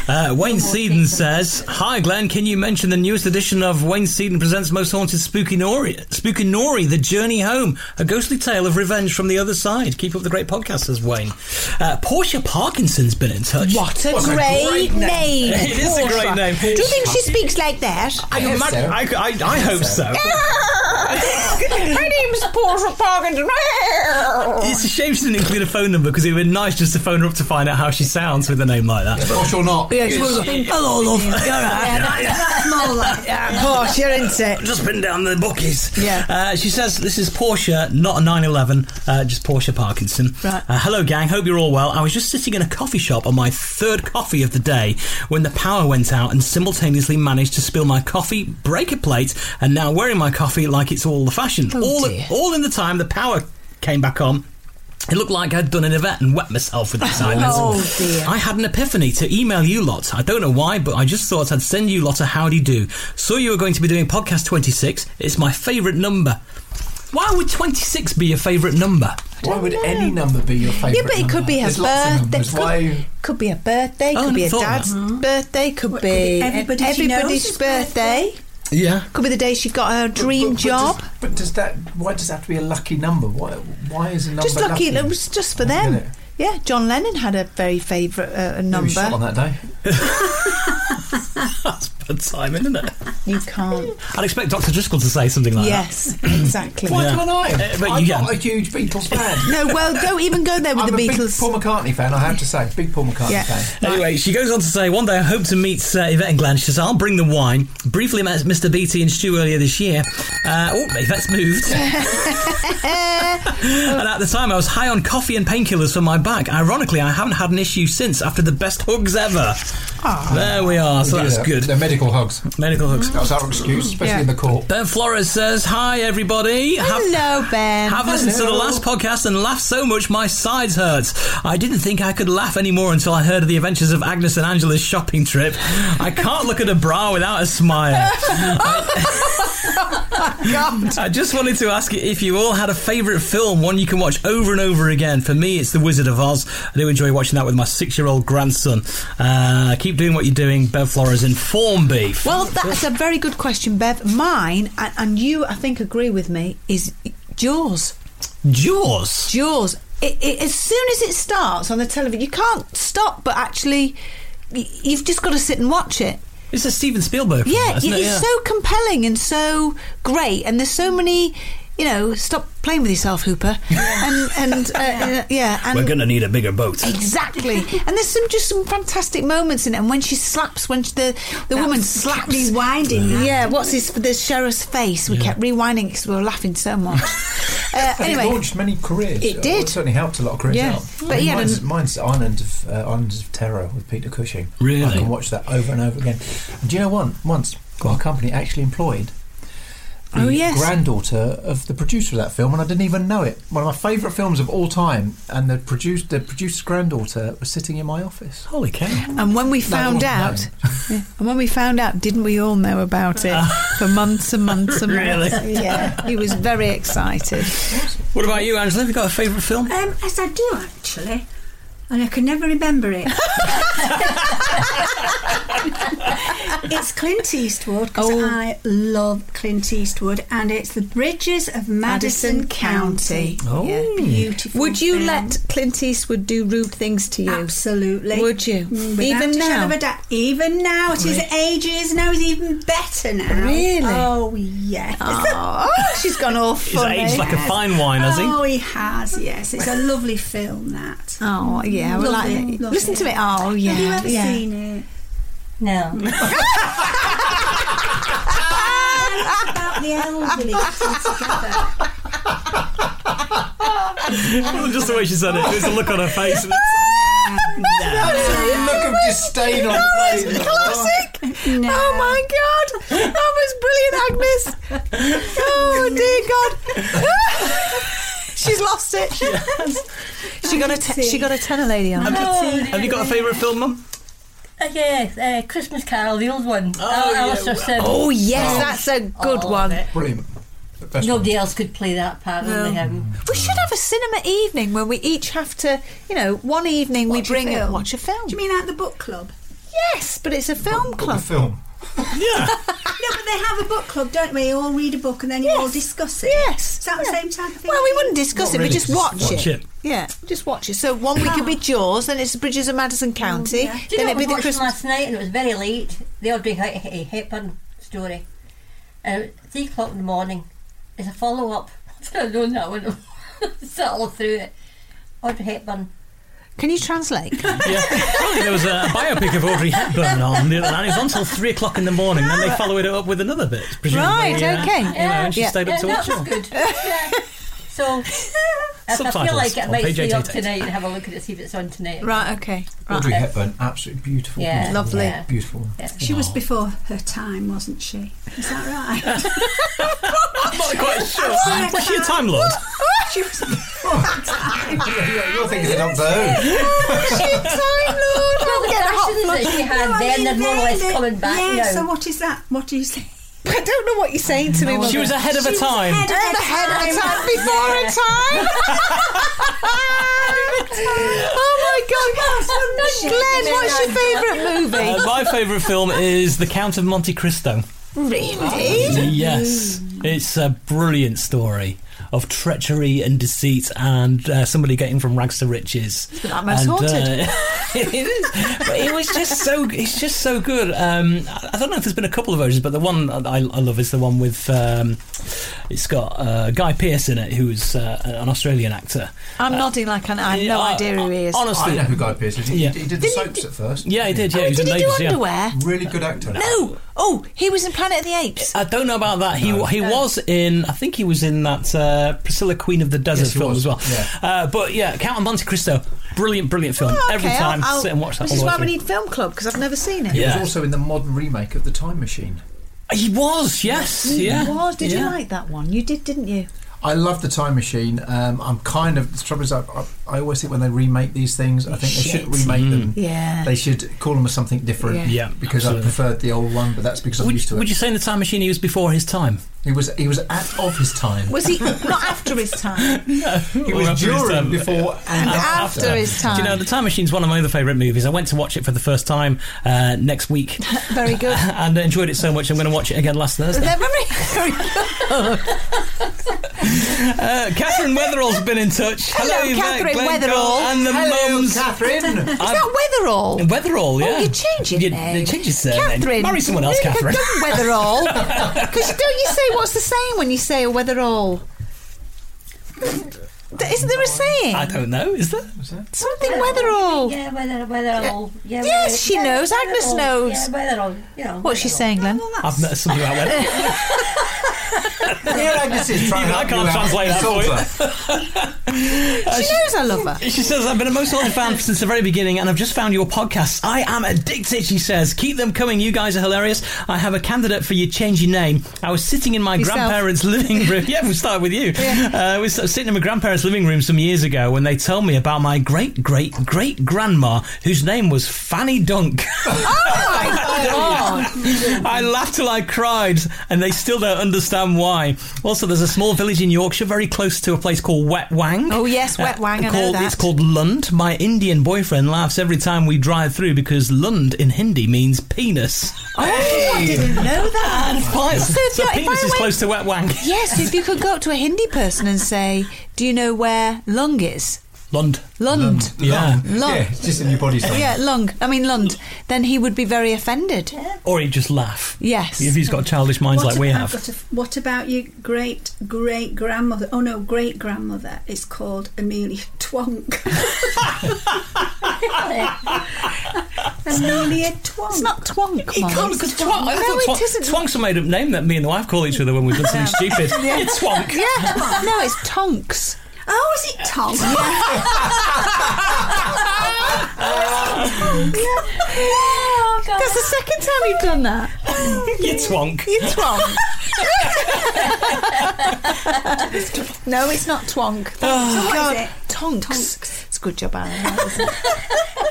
Speaker 3: Uh, Wayne Seaton says, "Hi Glenn, can you mention the newest edition of Wayne Seaton presents Most Haunted Spooky Nori, Spooky Nori: The Journey Home, a ghostly tale of revenge from the other side? Keep up the great podcast," says Wayne. Uh, Portia Parkinson's been in touch.
Speaker 2: What a great, name.
Speaker 3: It is a great
Speaker 2: Portia.
Speaker 3: name.
Speaker 2: Do you think she speaks like that?
Speaker 3: I, imagine, I, I, I hope so.
Speaker 2: My name's Portia Parkinson.
Speaker 3: It's a shame she didn't include a phone number because it would be nice just to phone her up to find out how she sounds with a name like that.
Speaker 5: Or she'll not.
Speaker 2: Yeah, she was-
Speaker 3: Hello, love. You all right?
Speaker 2: that's more like yeah, Portia, isn't it?
Speaker 3: Just been down the bookies.
Speaker 2: Yeah.
Speaker 3: Uh, she says, This is Portia, not a 911, uh, just Portia Parkinson.
Speaker 2: Right.
Speaker 3: Uh, Hello, gang. Hope you're all well. I was just sitting in a coffee shop on my third coffee of the day when the power went out and simultaneously managed to spill my coffee, break a plate, and now wearing my coffee like it's all the fashion.
Speaker 2: Oh,
Speaker 3: all, all in the time the power came back on. It looked like I'd done an event and wet myself with excitement.
Speaker 2: Oh, dear.
Speaker 3: I had an epiphany to email you lot. I don't know why, but I just thought I'd send you lot a howdy do. Saw you were going to be doing podcast 26. It's my favourite number. Why would 26 be your favourite number?
Speaker 5: Why would any number be your favourite?
Speaker 2: Yeah, but it could be her
Speaker 5: There's lots of
Speaker 2: birthday.
Speaker 5: numbers. Why?
Speaker 2: Could, could be a birthday.
Speaker 3: Oh,
Speaker 2: Could be
Speaker 3: I
Speaker 2: a
Speaker 3: thought that.
Speaker 2: dad's birthday. Could be,
Speaker 4: be everybody she
Speaker 2: everybody's
Speaker 4: knows's
Speaker 2: birthday.
Speaker 3: Yeah.
Speaker 2: Could be the day she got her
Speaker 5: But-
Speaker 2: dream
Speaker 5: but
Speaker 2: job.
Speaker 5: Does, but does that? Why does that have to be a lucky number? Why? Why is a number
Speaker 2: just lucky.
Speaker 5: lucky?
Speaker 2: It was just for them.
Speaker 5: Really?
Speaker 2: Yeah, John Lennon had a very favourite uh,
Speaker 5: Who was
Speaker 2: number.
Speaker 5: shot on that day.
Speaker 3: That's bad timing, isn't it?
Speaker 2: You can't.
Speaker 3: I'd expect Dr. Driscoll to say something like
Speaker 2: yes, exactly.
Speaker 5: Why
Speaker 3: Yeah.
Speaker 5: can't I?
Speaker 3: Uh, but
Speaker 5: I'm
Speaker 3: you
Speaker 5: not
Speaker 3: can.
Speaker 5: a huge Beatles fan.
Speaker 2: No, well, don't even go there with
Speaker 5: I'm
Speaker 2: the
Speaker 5: a big
Speaker 2: Beatles.
Speaker 5: Paul McCartney fan. I have to say, big Paul McCartney
Speaker 2: Yeah.
Speaker 5: fan.
Speaker 3: that. Anyway, she goes on to say, one day I hope to meet uh, Yvette and Glenn. She says, I'll bring the wine. Briefly met Mr. Beatty and Stu earlier this year. Uh, oh, Yvette's moved. and at the time, I was high on coffee and painkillers for my back. Ironically, I haven't had an issue since after the best hugs ever. There we are. So
Speaker 5: Yeah,
Speaker 3: that's
Speaker 5: they're-
Speaker 3: good.
Speaker 5: They're medical hugs.
Speaker 3: Medical hugs.
Speaker 5: That was our excuse, especially
Speaker 2: Yeah.
Speaker 5: in the court.
Speaker 3: Ben Flores says, Hi, everybody. Have-
Speaker 2: Hello, Ben.
Speaker 3: Have listened to the
Speaker 5: Hello.
Speaker 3: last podcast and laughed so much my sides hurt. I didn't think I could laugh anymore until I heard of the adventures of Agnes and Angela's shopping trip. I can't look at a bra without a smile.
Speaker 4: Oh,
Speaker 3: I just wanted to ask if you all had a favourite film, one you can watch over and over again. For me, it's The Wizard of Oz. I do enjoy watching that with my six-year-old grandson. Uh, keep doing what you're doing, Bev Flores in Form Beef.
Speaker 2: Well, that's a very good question, Bev. Mine, and, and you, I think, agree with me, is Jaws.
Speaker 3: Jaws.
Speaker 2: Jaws. It, it, as soon as it starts on the television, you can't stop, but actually, y- you've just got to sit and watch it.
Speaker 3: It's a Steven Spielberg film,
Speaker 2: Yeah,
Speaker 3: isn't
Speaker 2: it
Speaker 3: it?
Speaker 2: is so compelling and so great, and there's so many. You know, stop playing with yourself, Hooper. And and uh, yeah, and
Speaker 3: We're going to need a bigger boat.
Speaker 2: Exactly, and there's some just some fantastic moments in it. And when she slaps, when she, the the woman slaps,
Speaker 4: Rewinding that.
Speaker 2: yeah, what's his the sheriff's face? We kept rewinding because we were laughing so much. uh,
Speaker 5: And it
Speaker 2: anyway,
Speaker 5: launched many careers.
Speaker 2: It did.
Speaker 5: Well, It certainly helped a lot of careers
Speaker 2: Yeah.
Speaker 5: out.
Speaker 2: But he had
Speaker 5: mine's,
Speaker 2: an-
Speaker 5: mine's Island of uh, Island of Terror with Peter Cushing.
Speaker 3: Really?
Speaker 5: I can watch that over and over again. And do you know one? Once, got a company actually employed the
Speaker 2: Oh, yes.
Speaker 5: granddaughter of the producer of that film, and I didn't even know it. One of my favourite films of all time, and the produce, the producer's granddaughter was sitting in my office.
Speaker 3: Holy cow!
Speaker 2: And when we
Speaker 5: No,
Speaker 2: found
Speaker 5: no.
Speaker 2: out, Yeah, and when we found out, didn't we all know about it for months and months and months?
Speaker 4: Really?
Speaker 2: Yeah, he was very excited.
Speaker 3: What about you, Angela? Have you got a favourite film?
Speaker 4: Um, yes, I do actually, and I can never remember it. it's Clint Eastwood because
Speaker 2: Oh.
Speaker 4: I love Clint Eastwood, and it's the Bridges of Madison,
Speaker 2: Madison
Speaker 4: County.
Speaker 2: County. Oh.
Speaker 4: Yeah, beautiful.
Speaker 2: Would you
Speaker 4: film.
Speaker 2: let Clint Eastwood do rude things to you?
Speaker 4: Absolutely.
Speaker 2: Would you?
Speaker 4: Mm, without
Speaker 2: Even
Speaker 4: a shadow
Speaker 2: now?
Speaker 4: of a doubt. even now, at his
Speaker 2: Right.
Speaker 4: age, he is now he's even better now.
Speaker 2: Really?
Speaker 4: Oh yes.
Speaker 2: Oh, she's gone all
Speaker 4: He's
Speaker 2: funny.
Speaker 3: aged like a fine wine, has he?
Speaker 4: Oh, he has. Yes, it's a lovely film. That.
Speaker 2: Oh, yeah, we
Speaker 4: Lovely,
Speaker 2: like it.
Speaker 4: lovely.
Speaker 2: Listen to it. Oh, yeah.
Speaker 4: Have you ever
Speaker 2: yeah.
Speaker 4: seen it?
Speaker 6: No.
Speaker 4: It's Ah, about the elderly getting together.
Speaker 3: Just the way she said it. There's a look on her face.
Speaker 5: look of disdain on her
Speaker 2: That was
Speaker 5: face.
Speaker 2: classic. Oh my god, that was brilliant, Agnes. Oh dear God, she's lost it. She, got a te- she got a tenor lady on.
Speaker 6: Have you-
Speaker 3: Have you got a favourite film, Mum?
Speaker 6: Uh, yeah, uh, Christmas Carol, the old one.
Speaker 3: Oh,
Speaker 6: Al-
Speaker 3: yeah.
Speaker 6: Alistair Sim.
Speaker 2: Oh yes, that's a good
Speaker 6: All of
Speaker 2: one.
Speaker 6: it.
Speaker 5: Brilliant. Best
Speaker 6: Nobody else could play that part,
Speaker 2: No.
Speaker 6: only him.
Speaker 2: We should have a cinema evening where we each have to, you know, one evening we bring it, watch a film.
Speaker 4: Do you mean like the book club?
Speaker 2: Yes, but it's a film club.
Speaker 5: film.
Speaker 4: No, but they have a book club, don't we? You all read a book and then you all discuss it.
Speaker 2: Yes.
Speaker 4: Is that the
Speaker 2: Yeah.
Speaker 4: same type of thing?
Speaker 2: Well, we wouldn't discuss
Speaker 5: Not
Speaker 2: it.
Speaker 5: really,
Speaker 2: We just
Speaker 5: just
Speaker 2: watch,
Speaker 5: watch
Speaker 2: it.
Speaker 5: it.
Speaker 2: Yeah, just watch it. So one week it'd be Jaws, then it's the Bridges of Madison County,
Speaker 4: yeah.
Speaker 6: Do you
Speaker 2: then
Speaker 6: know
Speaker 2: it'd be
Speaker 6: what I
Speaker 2: the
Speaker 6: watched
Speaker 2: Christmas.
Speaker 6: last night and it was very late? The Audrey H- H- Hepburn story. And it was 3 o'clock in the morning. It's a follow up. I should have known that one. Settle through it. Audrey Hepburn.
Speaker 2: Can you translate?
Speaker 3: Yeah. Apparently there was a, biopic of Audrey Hepburn on the other night. It was on till three o'clock in the morning. Then they followed it up with another bit. presumably,
Speaker 2: Right,
Speaker 3: uh,
Speaker 2: okay.
Speaker 3: You know, and she
Speaker 2: Yeah.
Speaker 3: stayed
Speaker 6: yeah,
Speaker 3: up to
Speaker 6: that
Speaker 3: watch
Speaker 6: was
Speaker 3: it.
Speaker 6: good. yeah. So, if I feel
Speaker 3: Subtitles
Speaker 6: like it, I
Speaker 3: on
Speaker 6: might
Speaker 3: page
Speaker 6: stay up
Speaker 3: 888.
Speaker 6: tonight and have a look at it, see if it's on tonight.
Speaker 2: right, okay.
Speaker 5: Audrey
Speaker 6: Right.
Speaker 5: Hepburn, absolutely beautiful.
Speaker 6: Yeah,
Speaker 5: beautiful,
Speaker 2: Lovely.
Speaker 6: yeah.
Speaker 5: Beautiful.
Speaker 4: She was before her time, wasn't she? Is that right?
Speaker 3: I'm not quite sure. Was she a Time Lord?
Speaker 4: she was before her time.
Speaker 5: You're thinking it up there.
Speaker 6: Well, the fashions that she had
Speaker 4: No, I
Speaker 6: then,
Speaker 4: mean,
Speaker 6: they're more or less
Speaker 4: then the-
Speaker 6: coming back
Speaker 4: Yeah,
Speaker 6: now.
Speaker 4: so what is that? What do you say?
Speaker 2: I don't know what you're saying to me.
Speaker 3: She was ahead of her
Speaker 4: She was
Speaker 3: time.
Speaker 4: ahead of her
Speaker 2: ahead of her time
Speaker 4: time.
Speaker 2: before her
Speaker 6: Yeah.
Speaker 2: time.
Speaker 4: She
Speaker 2: oh
Speaker 4: was,
Speaker 2: my god,
Speaker 4: wasn't
Speaker 2: Glenn!
Speaker 4: she?
Speaker 2: What's your favourite movie?
Speaker 3: Uh, my favourite film is The Count of Monte Cristo.
Speaker 2: Really?
Speaker 3: Yes, it's a brilliant story of treachery and deceit, and uh, somebody getting from rags to riches.
Speaker 2: like Most
Speaker 3: And,
Speaker 2: Haunted.
Speaker 3: uh, it is, but it was just so. It's just so good. Um, I I don't know if there's been a couple of versions, but the one I, I love is the one with. Um, it's got uh, Guy Pearce in it, who's uh, an Australian actor.
Speaker 4: Mm.
Speaker 2: I'm nodding like I I have no
Speaker 3: Yeah, I-
Speaker 2: idea who he is.
Speaker 3: Honestly,
Speaker 5: Oh, I know who Guy Pearce is. He,
Speaker 3: Yeah.
Speaker 5: he did the soaps at first.
Speaker 3: yeah, he did. Yeah,
Speaker 2: Oh,
Speaker 3: was
Speaker 2: did
Speaker 3: in
Speaker 2: he do
Speaker 3: Neighbours, yeah.
Speaker 2: underwear?
Speaker 5: Really good actor.
Speaker 2: No. Oh, he was in Planet of the Apes.
Speaker 3: I don't know about that. He he was in. I think he was in that uh, Priscilla Queen of the Desert
Speaker 5: Yes, he
Speaker 3: film as
Speaker 5: was.
Speaker 3: well.
Speaker 5: Yeah.
Speaker 3: Uh, but yeah, Count of Monte Cristo, brilliant, brilliant film.
Speaker 2: Oh,
Speaker 3: Every
Speaker 2: okay,
Speaker 3: time,
Speaker 2: I'll- I'll-
Speaker 3: sit and watch that.
Speaker 2: This is
Speaker 3: all the
Speaker 2: why
Speaker 3: way
Speaker 2: we
Speaker 3: through.
Speaker 2: need film club because I've never seen it.
Speaker 5: He
Speaker 3: Yeah.
Speaker 5: was also in the modern remake of The Time Machine.
Speaker 3: He was. Yes. Yeah.
Speaker 2: It was. Did you
Speaker 3: Yeah.
Speaker 2: like that one? You did, didn't you?
Speaker 5: I love the Time Machine. Um, I'm kind of the trouble is I, I, I always think when they remake these things, I think they
Speaker 2: Shit.
Speaker 5: should remake them.
Speaker 2: Yeah.
Speaker 5: They should call them something different.
Speaker 2: Yeah.
Speaker 3: Mm. Yeah,
Speaker 5: because
Speaker 3: absolutely.
Speaker 5: I preferred the old one, but that's because I'm
Speaker 3: Would,
Speaker 5: used to it.
Speaker 3: would you say in the time machine he was before his time?
Speaker 5: he was he was at of his time.
Speaker 2: Was he not after his time?
Speaker 5: He was during, before, and,
Speaker 2: after, his time.
Speaker 3: Do you know the time machine's one of my other favourite movies? I went to watch it for the first time uh, next week
Speaker 2: Very good.
Speaker 3: and enjoyed it so much. I'm going to watch it again last Thursday.
Speaker 2: They're very- very good.
Speaker 3: Uh, Catherine Weatherall's been in touch.
Speaker 2: Hello,
Speaker 3: there,
Speaker 2: Catherine
Speaker 3: Glenn Gold
Speaker 2: Weatherall.
Speaker 3: and the
Speaker 5: Hello,
Speaker 3: mums.
Speaker 5: Catherine.
Speaker 2: Is that Weatherall?
Speaker 3: Weatherall, yeah.
Speaker 2: Oh, you change your
Speaker 3: You-
Speaker 2: name.
Speaker 3: You change your surname.
Speaker 2: Catherine.
Speaker 3: Marry someone else, Catherine.
Speaker 2: Don't Weatherall. Because don't you say what's the saying when you say a Weatherall? Isn't there a saying?
Speaker 3: I don't know, is there?
Speaker 2: Something Weatherall.
Speaker 6: Yeah, whether, whether all. Yeah,
Speaker 2: Yes,
Speaker 6: whether-
Speaker 2: she
Speaker 6: yeah,
Speaker 2: knows.
Speaker 6: whether
Speaker 2: Agnes
Speaker 6: all,
Speaker 2: knows.
Speaker 6: Yeah, whether all. You know,
Speaker 2: What's she
Speaker 6: whether all.
Speaker 2: saying, Glenn?
Speaker 3: I've met somebody about Weatherall.
Speaker 5: Here Agnes is trying to
Speaker 3: I
Speaker 5: help
Speaker 3: can't
Speaker 5: you out.
Speaker 3: translate that
Speaker 5: Sort
Speaker 3: for you.
Speaker 5: her.
Speaker 2: she knows I love her.
Speaker 3: She says, I've been a Most Wanted fan since the very beginning and I've just found your podcast. I am addicted, she says. Keep them coming. You guys are hilarious. I have a candidate for you. Change your name. I was sitting in my
Speaker 2: Yourself.
Speaker 3: grandparents' living room. Yeah, we start with you. Uh, I was sitting in my grandparents' living room some years ago when they told me about my great, great, great grandma whose name was Fanny Dunk.
Speaker 7: Oh
Speaker 3: I laughed till I cried, and they still don't understand why. Also, there's a small village in Yorkshire very close to a place called Wet Wang. Uh,
Speaker 2: Oh, yes, Wet Wang, I know
Speaker 3: called,
Speaker 2: that.
Speaker 3: It's called Lund. My Indian boyfriend laughs every time we drive through because Lund in Hindi means penis.
Speaker 2: Oh, I didn't know that.
Speaker 3: And pies.
Speaker 2: So if
Speaker 3: So
Speaker 2: you- if
Speaker 3: penis
Speaker 2: I
Speaker 3: is
Speaker 2: went-
Speaker 3: close to Wet Wang.
Speaker 2: Yes, if you could go up to a Hindi person and say, "Do you know where Lung is?"
Speaker 3: Lund.
Speaker 2: Lund.
Speaker 3: Yeah.
Speaker 2: Lung.
Speaker 5: Yeah, it's just in your body song.
Speaker 2: Yeah, Lung. I mean Lund. Then he would be very offended.
Speaker 3: Or he'd just laugh.
Speaker 2: Yes.
Speaker 3: If he's got childish minds like we
Speaker 4: about-
Speaker 3: have.
Speaker 4: I've got a f- what about your great great grandmother? Oh no, great grandmother is called Amelia Twonk. Amelia Twonk. It's
Speaker 2: not Twonk.
Speaker 3: He can't because twonk. I thought twonk- Twonk's a made up name that me and the wife call each other when we've done something stupid.
Speaker 2: Yeah.
Speaker 3: It's twonk.
Speaker 2: Yeah. No, it's Tonks.
Speaker 4: Oh, is it Tonks?
Speaker 2: That's the second time you've done that.
Speaker 3: You twonk.
Speaker 2: You twonk. no, it's not twonk.
Speaker 4: So
Speaker 2: That's
Speaker 4: what
Speaker 2: Oh, God.
Speaker 4: is it?
Speaker 2: Tonks. It's a good job I know.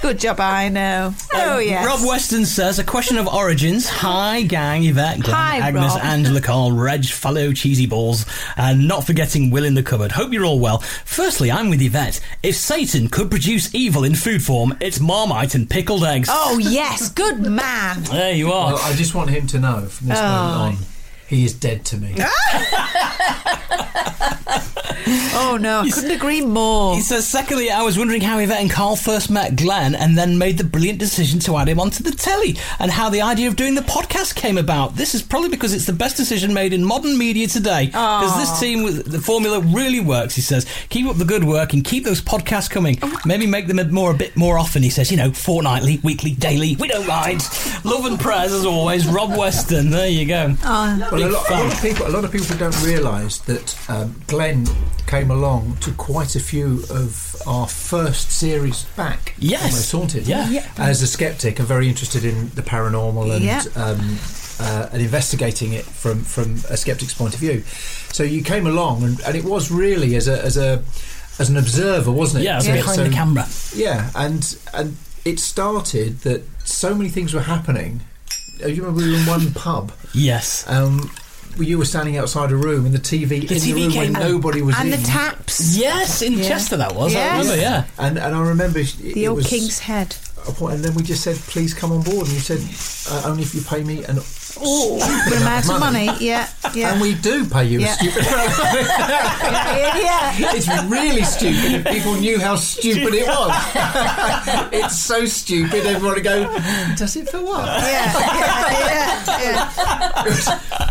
Speaker 2: good job I know. Oh, yes.
Speaker 3: Um, Rob Weston says, a question of origins. Hi, gang, Yvette, Glenn,
Speaker 2: Hi,
Speaker 3: Agnes,
Speaker 2: Rob.
Speaker 3: Angela, Carl, Reg, fellow cheesy balls, and not forgetting Will in the cupboard. Hope you're all well. Firstly, I'm with Yvette. If Satan could produce evil in food form, it's Marmite and pickled eggs.
Speaker 2: Oh, yes. Good man.
Speaker 3: There you are.
Speaker 5: Well, I just want him to know from this
Speaker 2: Oh.
Speaker 5: moment on, he is dead to me.
Speaker 2: Oh, no. I couldn't agree more.
Speaker 3: He says, secondly, I was wondering how Yvette and Carl first met Glenn and then made the brilliant decision to add him onto the telly and how the idea of doing the podcast came about. This is probably because it's the best decision made in modern media today. Because this team, with- the formula really works, he says. Keep up the good work and keep those podcasts coming.
Speaker 2: Oh.
Speaker 3: Maybe make them a, more, a bit more often, he says. You know, fortnightly, weekly, daily. We don't mind. Love and prayers as always. Rob Weston. There you go.
Speaker 5: Well, a,
Speaker 3: Big
Speaker 5: lot, a lot
Speaker 3: fan.
Speaker 5: of people, a lot of people don't realise that um, Glenn came along to quite a few of our first series back.
Speaker 3: Yes.
Speaker 5: almost haunted.
Speaker 3: Yeah. Yeah.
Speaker 5: as a skeptic and very interested in the paranormal and
Speaker 2: Yeah.
Speaker 5: um, uh, and investigating it from from a skeptic's point of view. So you came along, and, and it was really as a as a as an observer, wasn't it?
Speaker 3: Yeah, I was
Speaker 5: So-
Speaker 3: behind
Speaker 5: so-
Speaker 3: the camera.
Speaker 5: Yeah, and and it started that so many things were happening. Uh, You remember we were in one pub.
Speaker 3: Yes.
Speaker 5: Um, well, you were standing outside a room and the TV
Speaker 3: The
Speaker 5: in
Speaker 3: TV
Speaker 5: the room
Speaker 3: came
Speaker 5: when
Speaker 3: on.
Speaker 5: nobody was
Speaker 2: and
Speaker 5: in.
Speaker 2: the taps.
Speaker 3: Yes, in
Speaker 2: Yeah.
Speaker 3: Chester that was. I
Speaker 2: Yes.
Speaker 3: remember, yeah.
Speaker 5: and and I remember it
Speaker 2: The
Speaker 5: it
Speaker 2: old
Speaker 5: was
Speaker 2: king's head.
Speaker 5: a point, and then we just said, "Please come on board," and you said, uh, "Only if you pay me an."
Speaker 2: Good amount of money. Yeah. Yeah.
Speaker 5: And we do pay you
Speaker 2: Yeah.
Speaker 5: a stupid.
Speaker 2: yeah, yeah.
Speaker 5: it's really stupid. If people knew how stupid it was, it's so stupid. Everyone would go, "Does it for what?"
Speaker 2: yeah, yeah,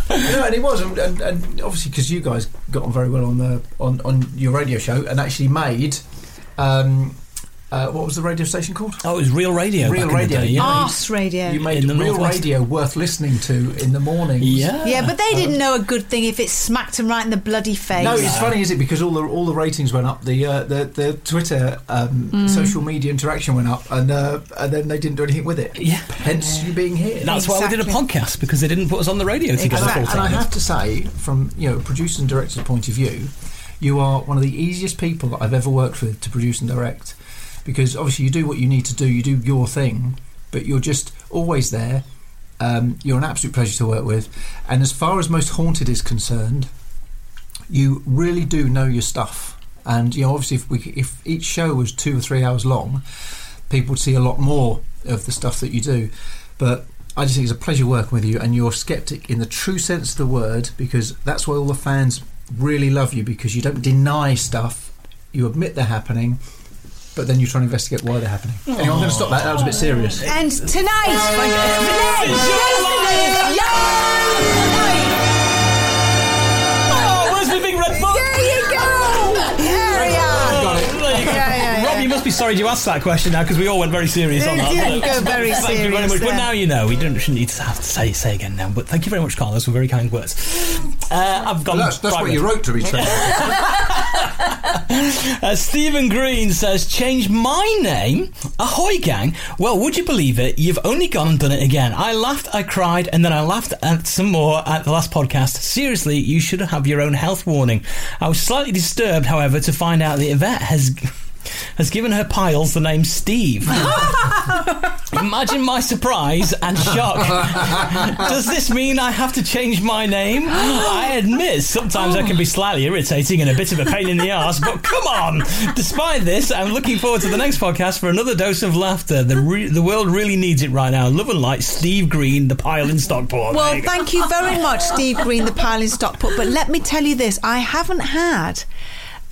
Speaker 2: yeah.
Speaker 5: no, and it was, and, and, and obviously because you guys got on very well on the on, on your radio show, and actually made, um, uh, what was the radio station called?
Speaker 3: Oh, it was real radio. back
Speaker 5: Real
Speaker 3: in the
Speaker 5: radio,
Speaker 3: day,
Speaker 5: yeah.
Speaker 2: Arse radio.
Speaker 5: You made
Speaker 3: In the
Speaker 5: real
Speaker 3: Northwest.
Speaker 5: radio worth listening to in the mornings.
Speaker 3: Yeah.
Speaker 2: yeah, but they didn't know a good thing if it smacked them right in the bloody face.
Speaker 5: No, it's funny, is it? Because all the all the ratings went up. The uh, the the Twitter um,
Speaker 2: Mm.
Speaker 5: social media interaction went up, and uh, and then they didn't do anything with it.
Speaker 3: Yeah.
Speaker 5: Hence you being here.
Speaker 3: That's why we did a
Speaker 2: Exactly.
Speaker 3: podcast because they didn't put us on the radio together.
Speaker 5: and, I,
Speaker 3: full
Speaker 5: and I
Speaker 3: time.
Speaker 5: have to say, from you know, producer and director's point of view, you are one of the easiest people that I've ever worked with to produce and direct, because obviously you do what you need to do, you do your thing, but you're just always there. Um, you're an absolute pleasure to work with, and as far as most haunted is concerned, you really do know your stuff. And you know, obviously, if we if each show was two or three hours long, people would see a lot more of the stuff that you do. But I just think it's a pleasure working with you, and you're skeptic in the true sense of the word because that's why all the fans really love you because you don't deny stuff, you admit they're happening, but then you try and investigate why they're happening. Anyway, I'm going to stop that. That was a bit serious.
Speaker 2: And tonight, yesterday, yesterday,
Speaker 3: Oh, where's my big red book?
Speaker 2: there you go. There we are.
Speaker 3: There you go.
Speaker 2: Yeah, yeah, yeah.
Speaker 3: Rob, you must be sorry you asked that question now because we all went very serious on
Speaker 2: It
Speaker 3: that.
Speaker 2: did
Speaker 3: But-
Speaker 2: go very
Speaker 3: thank You very
Speaker 2: serious
Speaker 3: much. But
Speaker 2: there.
Speaker 3: now you know. We don't shouldn't need to have to say say again now. But thank you very much, Carlos, for very kind words. Uh, I've gone.
Speaker 5: That's- that's what you wrote to each other.
Speaker 3: uh, Stephen Green says, "Change my name, Ahoy Gang." Well, would you believe it? You've only gone and done it again. I laughed, I cried, and then I laughed at some more at the last podcast. Seriously, you should have your own health warning. I was slightly disturbed, however, to find out that Yvette has has given her piles the name Steve. Imagine my surprise and shock. Does this mean I have to change my name? I admit sometimes I can be slightly irritating and a bit of a pain in the ass, but come on! Despite this, I'm looking forward to the next podcast for another dose of laughter. The, re- the world really needs it right now. Love and light, Steve Green, the pile in Stockport. There
Speaker 2: Well,
Speaker 3: you go.
Speaker 2: thank you very much, Steve Green, the pile in Stockport. But let me tell you this: I haven't had.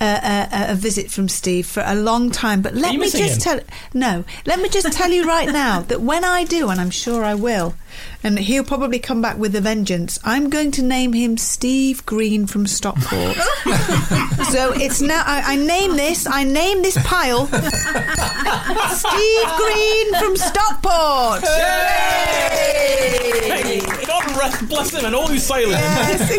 Speaker 2: A, a, a visit from Steve for a long time, but let
Speaker 8: you
Speaker 2: me
Speaker 8: missing
Speaker 2: just
Speaker 8: him?
Speaker 2: tell no, let me just tell you right now that when I do, and I'm sure I will, and he'll probably come back with a vengeance. I'm going to name him Steve Green from Stockport. so it's now I, I name this, I name this pile Steve Green from Stockport.
Speaker 3: Hey, God rest- bless him and all who sail in him.
Speaker 2: Yes,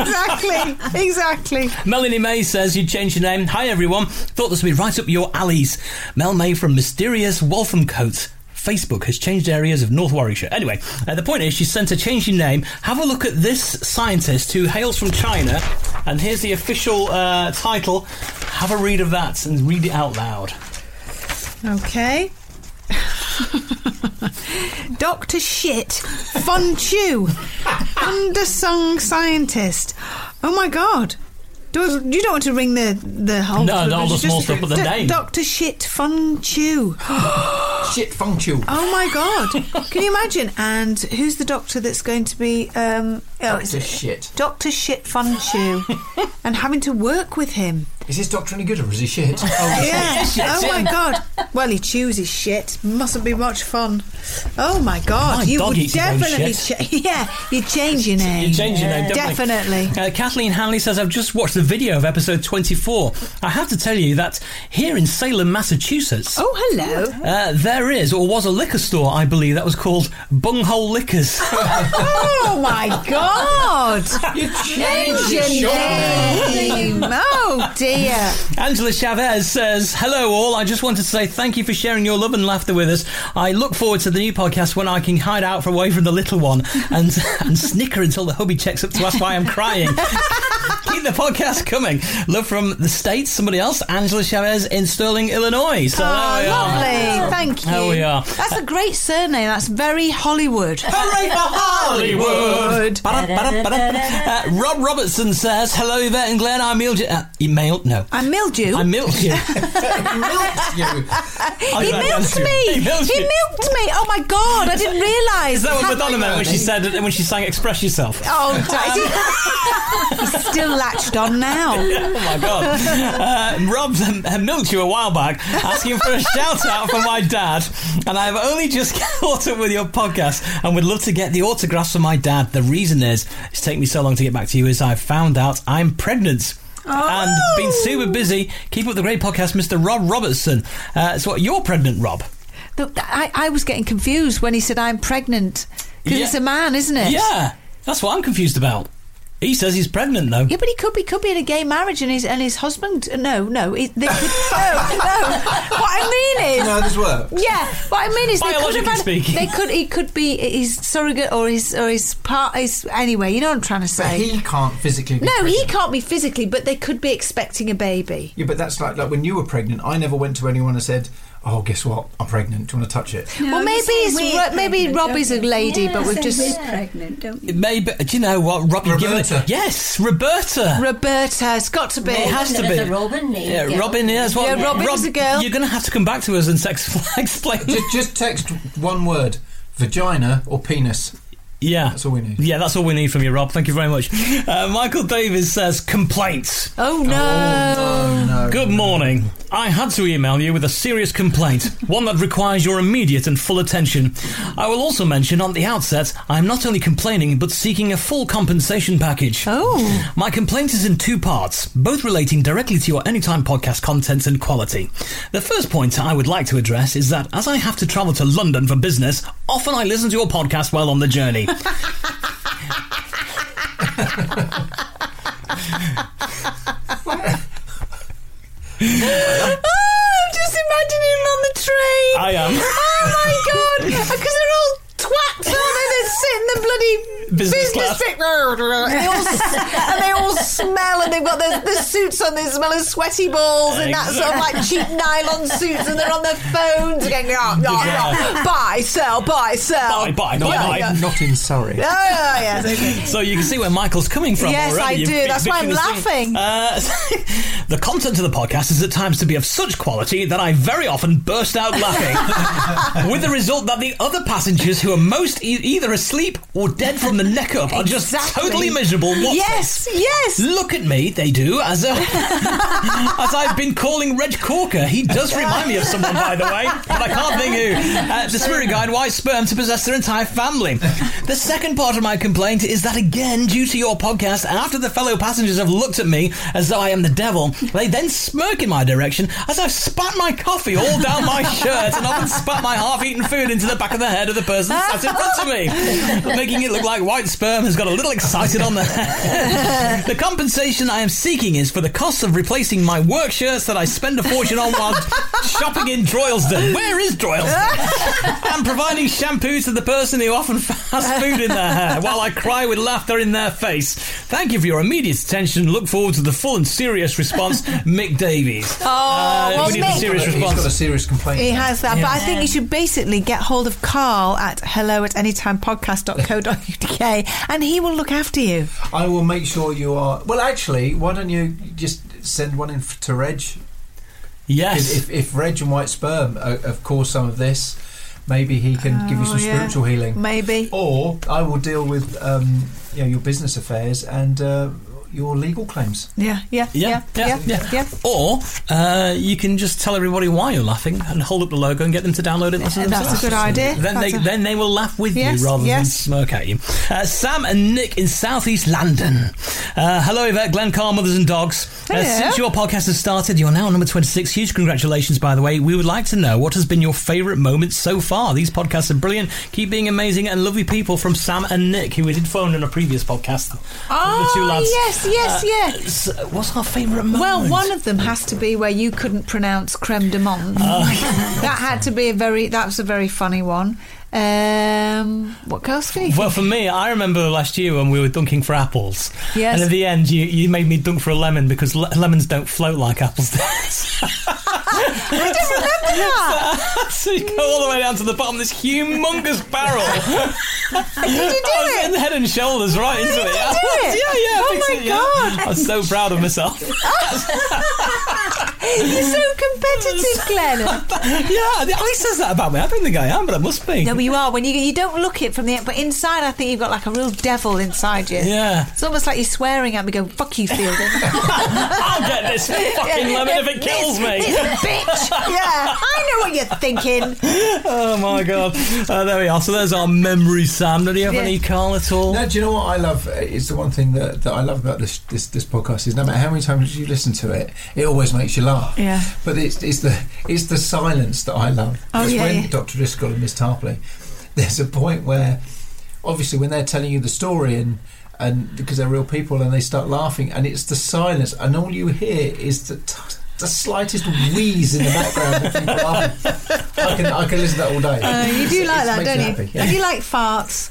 Speaker 2: exactly. Exactly.
Speaker 3: Melanie May says you changed your name. Hi everyone. Thought this would be right up your alleys. Mel May from Mysterious Walthamcote. Facebook has changed areas of North Warwickshire. Anyway, uh, the point is she sent a change in name. Have a look at this scientist who hails from China, and here's the official uh, title. Have a read of that and read it out loud.
Speaker 2: Okay. Dr. Shit Fun Chu, undersung scientist. Oh my god. Do, you don't want to ring the the whole
Speaker 3: No, not all the
Speaker 2: just-
Speaker 3: small stuff, but the
Speaker 2: Do-
Speaker 3: name.
Speaker 2: Dr. Shit Fun Chu.
Speaker 5: Shit Fun Chu.
Speaker 2: Oh my god. Can you imagine? And who's the doctor that's going to be um oh, it's-
Speaker 5: Dr. Shit.
Speaker 2: Dr. Shit Fun Chu and having to work with him.
Speaker 5: Is this doctor any good or is he shit?
Speaker 2: Yeah. Oh my god. Well, he chooses shit. Mustn't be much fun. Oh my god.
Speaker 3: My
Speaker 2: you
Speaker 3: dog
Speaker 2: would
Speaker 3: eats his own
Speaker 2: definitely
Speaker 3: shit.
Speaker 2: cha- yeah, you change your name.
Speaker 3: You change your name,
Speaker 2: Definitely.
Speaker 3: Uh, Kathleen Hanley says, I've just watched the video of episode 24. I have to tell you that here in Salem, Massachusetts.
Speaker 2: Oh, hello.
Speaker 3: Uh, there is, or was a liquor store, I believe, that was called Bunghole Liquors.
Speaker 2: oh my god. You
Speaker 3: changed
Speaker 2: your
Speaker 3: your
Speaker 2: name. oh dear.
Speaker 3: Angela Chavez says, Hello, all. I just wanted to say thank you for sharing your love and laughter with us. I look forward to the new podcast when I can hide out for away from the little one and, and snicker until the hubby checks up to ask why I'm crying. Keep the podcast coming. Love from the States, somebody else, Angela Chavez in Sterling, Illinois. So
Speaker 2: Oh,
Speaker 3: there we are.
Speaker 2: lovely. Thank you.
Speaker 3: There we are.
Speaker 2: That's a great surname. That's very Hollywood.
Speaker 3: Hooray for Hollywood! Uh, Rob Robertson says, "Hello, Yvette and Glenn. I mailed you. Uh, you mailed no.
Speaker 2: I mailed you.
Speaker 3: I mailed you.
Speaker 2: he
Speaker 3: I
Speaker 2: milked
Speaker 3: milked you.
Speaker 2: me.
Speaker 3: He
Speaker 2: He
Speaker 3: milked
Speaker 2: milked
Speaker 3: you.
Speaker 2: me. Oh my god! I didn't realise.
Speaker 3: Is that what
Speaker 2: How-
Speaker 3: Madonna meant when she said when she sang "Express Yourself"?
Speaker 2: Oh, daddy. He's still latched on now.
Speaker 3: Oh my god! Uh, Rob um, had milked you a while back, asking for a shout out from my dad, and I've only just caught up with your podcast, and would love to get the autographs from my dad. The reason is it's taken me so long to get back to you is I've found out I'm pregnant.
Speaker 2: Oh!
Speaker 3: And been super busy. Keep up the great podcast, Mr. Rob Robertson. Uh, so, what, you're pregnant, Rob?
Speaker 2: The- I, I was getting confused when he said I'm pregnant because
Speaker 3: Yeah.
Speaker 2: it's a man, isn't it?
Speaker 3: Yeah, that's what I'm confused about. He says he's pregnant, though.
Speaker 2: Yeah, but he could be could be in a gay marriage and his and his husband. uh, No, no, he, they could, no, no. What I mean is,
Speaker 5: No, this work.
Speaker 2: Yeah, what I mean is, they could have
Speaker 3: Biologically
Speaker 2: had,
Speaker 3: speaking.
Speaker 2: they could he could be his surrogate or his or his part. His, anyway, you know what I'm trying to
Speaker 5: But
Speaker 2: say.
Speaker 5: he can't physically. Be
Speaker 2: no,
Speaker 5: pregnant.
Speaker 2: he can't be physically, but they could be expecting a baby.
Speaker 5: Yeah, but that's like like when you were pregnant. I never went to anyone and said, "Oh, guess what? I'm pregnant. Do you want to touch it?"
Speaker 2: well,
Speaker 4: you
Speaker 2: maybe
Speaker 4: say
Speaker 2: it's,
Speaker 4: we're
Speaker 2: Ro- maybe
Speaker 4: pregnant, don't
Speaker 2: Robbie's a
Speaker 4: you?
Speaker 2: lady,
Speaker 4: Yeah,
Speaker 2: but we've
Speaker 4: say
Speaker 2: just
Speaker 4: we're pregnant, don't you?
Speaker 3: Maybe do you know what Rob? You're giving
Speaker 5: Roberta.
Speaker 3: it. Yes, Roberta.
Speaker 2: Roberta. It's got to be.
Speaker 3: it has to
Speaker 6: There's
Speaker 3: be.
Speaker 6: a Robin name,
Speaker 3: Yeah,
Speaker 6: girl.
Speaker 3: Robin. Yeah, that's what.
Speaker 2: Yeah, Robin's
Speaker 3: Rob-
Speaker 2: a girl.
Speaker 3: You're going to have to come back to us and sex- explain.
Speaker 5: just, just text one word: vagina or penis.
Speaker 3: Yeah. That's all we need. Yeah, that's all we need from you, Rob. Thank you very much. Uh, Michael Davis says complaints.
Speaker 2: Oh, no.
Speaker 3: Good morning. I had to email you with a serious complaint, one that requires your immediate and full attention. I will also mention on the outset, I am not only complaining but seeking a full compensation package.
Speaker 2: Oh.
Speaker 3: My complaint is in two parts, both relating directly to your Anytime podcast content and quality. The first point I would like to address is that as I have to travel to London for business, often I listen to your podcast while on the journey.
Speaker 2: Oh, I'm just imagining him on the train.
Speaker 3: I am.
Speaker 2: Oh my god! Oh, Because they're all twats, aren't they? Oh, They're sitting in the bloody
Speaker 3: Business
Speaker 2: business,
Speaker 3: class.
Speaker 2: trip. And they, all, s- and they all smell, and they've got their, their suits on. They smell of sweaty balls and that sort of like cheap nylon suits, and they're on their phones going, "Yah, yah, yah.
Speaker 3: Yeah.
Speaker 2: buy, sell, buy, sell,
Speaker 3: Buy, buy,
Speaker 5: Not,
Speaker 3: buy,
Speaker 5: not-
Speaker 3: buy.
Speaker 5: not in Surrey.
Speaker 2: Oh, yeah.
Speaker 3: So you can see where Michael's coming from.
Speaker 2: Yes,
Speaker 3: already.
Speaker 2: I
Speaker 3: You've-
Speaker 2: do.
Speaker 3: you've
Speaker 2: That's why I'm
Speaker 3: pictured the scene.
Speaker 2: laughing.
Speaker 3: Uh, the content of the podcast is at times to be of such quality that I very often burst out laughing, with the result that the other passengers who are most e- either asleep or dead from the neck up are just
Speaker 2: Exactly.
Speaker 3: totally miserable. What's
Speaker 2: Yes,
Speaker 3: this?
Speaker 2: yes.
Speaker 3: Look at me, they do. As a, as I've been calling Reg Corker, he does remind me of someone, by the way, but I can't think who. Uh, the spirit guide wise sperm to possess their entire family. The second part of my complaint is that again, due to your podcast, and after the fellow passengers have looked at me as though I am the devil, they then smirk in my direction as I've spat my coffee all down my shirt and often spat my half-eaten food into the back of the head of the person sat in front of me, making it look like white sperm has got a little excited on the head. the compensation I am seeking is for the cost of replacing my work shirts that I spend a fortune on while shopping in Droylsden. Where is Droylsden? I'm providing shampoo to the person who often has food in their hair while I cry with laughter in their face. Thank you for your immediate attention. Look forward to the full and serious response, Mick Davies. Oh,
Speaker 2: well,
Speaker 3: we need a
Speaker 2: Mick-
Speaker 3: serious
Speaker 5: He's got a
Speaker 3: response.
Speaker 5: serious complaint.
Speaker 2: He has that, but I think you should basically get hold of Carl at hello at anytimepodcast.co.uk and he will look after you.
Speaker 5: I will make sure you are. Well, actually, why don't you just send one in f- to Reg?
Speaker 3: Yes.
Speaker 5: If, if, if Reg and White Sperm uh, have caused some of this, maybe he can give you
Speaker 2: Oh,
Speaker 5: some
Speaker 2: yeah.
Speaker 5: spiritual healing.
Speaker 2: Maybe.
Speaker 5: Or I will deal with um, you know, your business affairs and uh, your legal claims.
Speaker 2: Yeah, yeah, yeah, yeah, yeah. yeah,
Speaker 3: Or uh, you can just tell everybody why you're laughing and hold up the logo and get them to download it. and listen to
Speaker 2: That's a
Speaker 3: themselves.
Speaker 2: good idea.
Speaker 3: Then
Speaker 2: That's
Speaker 3: they
Speaker 2: a-
Speaker 3: then they will laugh with
Speaker 2: Yes,
Speaker 3: you rather than
Speaker 2: yes.
Speaker 3: smirk at you. Uh, Sam and Nick in Southeast London. Uh, hello, Yvette, Glenn Carr, mothers and dogs. Uh,
Speaker 2: Hello.
Speaker 3: since your podcast has started, you're now on number 26. Huge congratulations, by the way. We would like to know what has been your favourite moment so far. These podcasts are brilliant. Keep being amazing and lovely people from Sam and Nick, who we did phone in a previous podcast.
Speaker 2: Oh,
Speaker 3: the two lads. Uh,
Speaker 2: yes, yes, yes.
Speaker 3: S- What's our favourite moment?
Speaker 2: Well, one of them has to be where you couldn't pronounce creme de menthe.
Speaker 3: Ah.
Speaker 2: that had to be a very, that was a very funny one. Um, what else can you
Speaker 3: Well, for me, I remember last year when we were dunking for apples.
Speaker 2: Yes.
Speaker 3: And at the end, you, you made me dunk for a lemon because le- lemons don't float like apples do.
Speaker 2: Ah, I don't remember that.
Speaker 3: uh, so you go all the way down to the bottom of this humongous barrel.
Speaker 2: Did you do
Speaker 3: I was
Speaker 2: it?
Speaker 3: getting head and shoulders right into
Speaker 2: did
Speaker 3: it.
Speaker 2: you
Speaker 3: I
Speaker 2: do
Speaker 3: was-
Speaker 2: it?
Speaker 3: Yeah, yeah. I
Speaker 2: Oh
Speaker 3: fixed
Speaker 2: my
Speaker 3: it, yeah.
Speaker 2: God.
Speaker 3: I was so proud of myself.
Speaker 2: You're so competitive, Glenn.
Speaker 3: yeah, Alex says that about me. I don't think I am, but I must be.
Speaker 2: No, but you are. When you you don't look it from the but inside, I think you've got like a real devil inside you.
Speaker 3: Yeah.
Speaker 2: It's almost like you're swearing at me, going "fuck you, Fielder."
Speaker 3: I'll get this fucking lemon if it kills me.
Speaker 2: This bitch. Yeah, I know what you're thinking.
Speaker 3: Oh my god. Uh, there we are. So there's our memory, Sam. Do you have
Speaker 2: Yeah.
Speaker 3: any Carl at all?
Speaker 5: No, do you know what I love? Uh, It's the one thing that, that I love about this, this this podcast is no matter how many times you listen to it, it always makes you laugh.
Speaker 2: Yeah.
Speaker 5: But it's it's the it's the silence that I love.
Speaker 2: Oh,
Speaker 5: It's
Speaker 2: yeah,
Speaker 5: when
Speaker 2: yeah.
Speaker 5: Dr. Driscoll and Miss Tarpley, there's a point where, obviously, when they're telling you the story and and because they're real people and they start laughing and it's the silence and all you hear is the. T- the slightest wheeze in the background of people laughing. I can, I can listen to that all day.
Speaker 2: Uh, you do
Speaker 5: It's-
Speaker 2: like
Speaker 5: it
Speaker 2: that,
Speaker 5: makes
Speaker 2: don't
Speaker 5: me
Speaker 2: you?
Speaker 5: happy, yeah.
Speaker 2: You like farts.